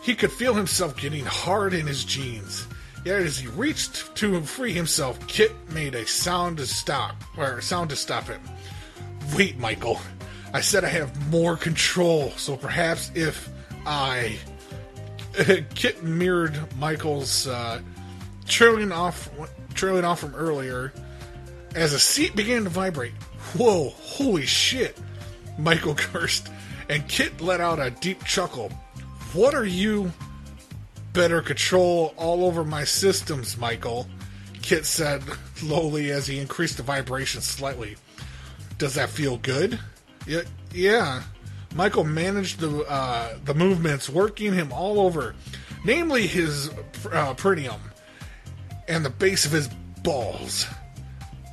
He could feel himself getting hard in his jeans. Yet as he reached to free himself, Kit made a sound to stop, or a sound to stop him. Wait, Michael. I said I have more control, so perhaps if I. Kit mirrored Michael's uh, trailing off, trailing off from earlier, as a seat began to vibrate. Whoa! Holy shit! Michael cursed, and Kit let out a deep chuckle. What are you? Better control all over my systems, Michael. Kit said lowly as he increased the vibration slightly. Does that feel good? Yeah, yeah. Michael managed the uh, the movements, working him all over, namely his uh, perineum and the base of his balls.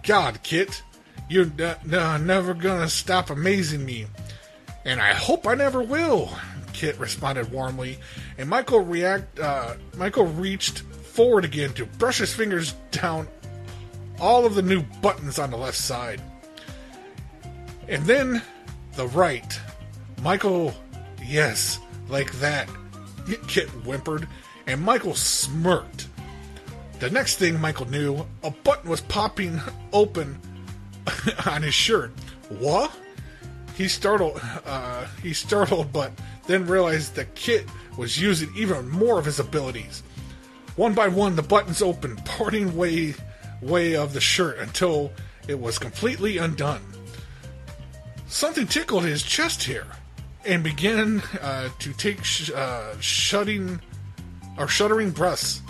God, Kit, you're n- n- never gonna stop amazing me, and I hope I never will. Kit responded warmly, and Michael react. Uh, Michael reached forward again to brush his fingers down all of the new buttons on the left side. And then the right. Michael, yes, like that. Kit whimpered, and Michael smirked. The next thing Michael knew, a button was popping open on his shirt. What? He startled. Uh, he startled, but then realized that Kit was using even more of his abilities. One by one, the buttons opened, parting way, way of the shirt until it was completely undone. Something tickled his chest here, and began uh, to take sh- uh, shutting or shuddering breaths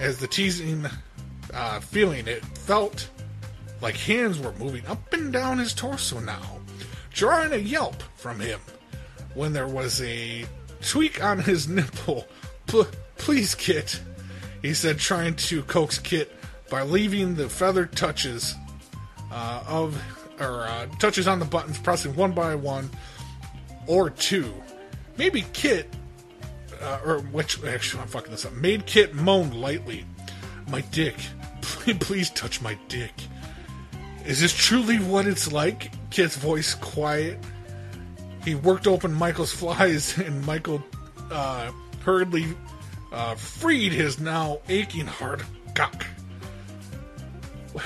as the teasing uh, feeling. It felt like hands were moving up and down his torso now, drawing a yelp from him when there was a tweak on his nipple. P- please, Kit, he said, trying to coax Kit by leaving the feather touches uh, of or uh, touches on the buttons, pressing one by one or two. Maybe Kit, uh, or which actually I'm fucking this up. Made Kit moan lightly. My dick, please, please touch my dick. Is this truly what it's like? Kit's voice quiet. He worked open Michael's flies, and Michael uh, hurriedly uh, freed his now aching hard cock.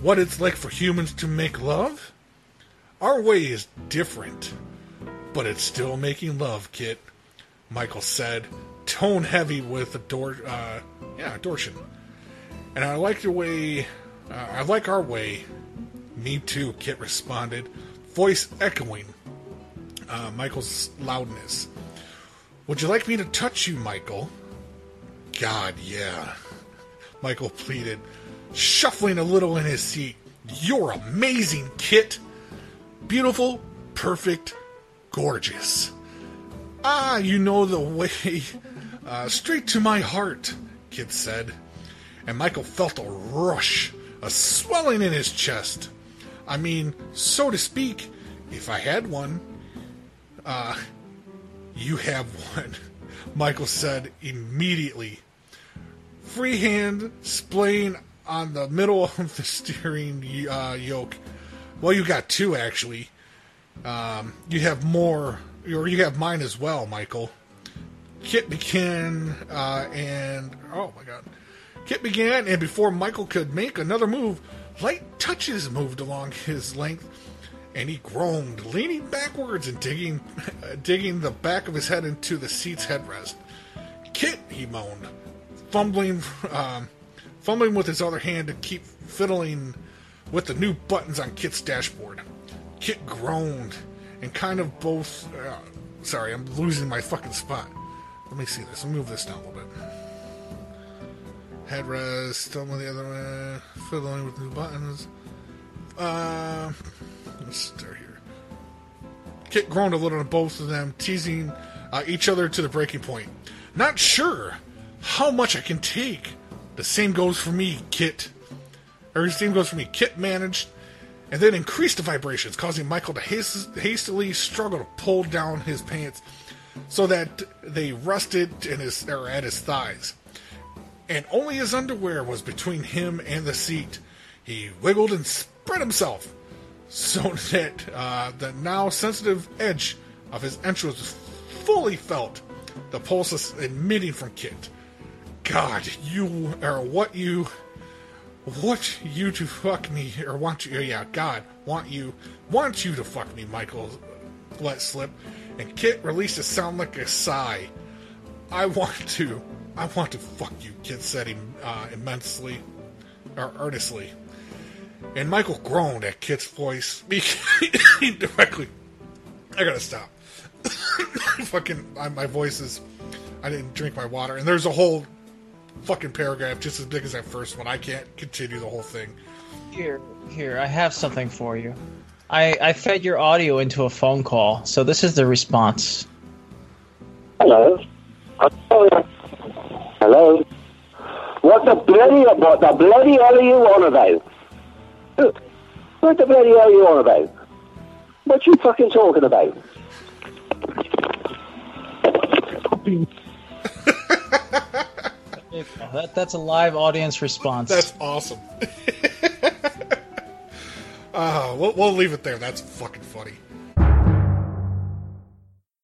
what it's like for humans to make love? Our way is different, but it's still making love, Kit. Michael said, tone heavy with ador- uh, yeah, adortion. And I like your way. Uh, I like our way. Me too, Kit responded, voice echoing uh, Michael's loudness. Would you like me to touch you, Michael? God, yeah. Michael pleaded, shuffling a little in his seat. You're amazing, Kit. Beautiful, perfect, gorgeous. Ah, you know the way. Uh, straight to my heart, Kit said. And Michael felt a rush, a swelling in his chest. I mean, so to speak, if I had one. Uh, you have one, Michael said immediately. Free hand splaying on the middle of the steering uh, yoke. Well, you got two, actually. Um, you have more, or you have mine as well, Michael. Kit began, uh, and oh my god. Kit began, and before Michael could make another move, light touches moved along his length, and he groaned, leaning backwards and digging, digging the back of his head into the seat's headrest. Kit, he moaned, fumbling, um, fumbling with his other hand to keep fiddling with the new buttons on Kit's dashboard. Kit groaned and kind of both. Uh, sorry, I'm losing my fucking spot. Let me see this. Let me move this down a little bit. Headrest, stumbling the other way, fiddling with new buttons. Uh, let's start here. Kit groaned a little to both of them, teasing uh, each other to the breaking point. Not sure how much I can take. The same goes for me, Kit. Or the same goes for me. Kit managed and then increased the vibrations, causing Michael to hast- hastily struggle to pull down his pants so that they rusted in his, or at his thighs. And only his underwear was between him and the seat. He wiggled and spread himself, so that uh, the now sensitive edge of his entrails was fully felt. The pulse emitting from Kit. God, you are what you, what you to fuck me or want you? oh, Yeah, God want you, want you to fuck me, Michael. Let slip, and Kit released a sound like a sigh. I want to, I want to fuck you, Kit said im- uh, immensely, or earnestly. And Michael groaned at Kit's voice, speaking directly. I gotta stop. fucking, I, my voice is. I didn't drink my water, and there's a whole fucking paragraph just as big as that first one. I can't continue the whole thing.
Here, here, I have something for you. I, I fed your audio into a phone call, so this is the response.
Hello. Hello. What the bloody what the bloody hell are you on about? What the bloody hell are you on about? What you fucking talking about?
That, that's a live audience response.
That's awesome. Ah, Uh, we'll, we'll leave it there. That's fucking funny.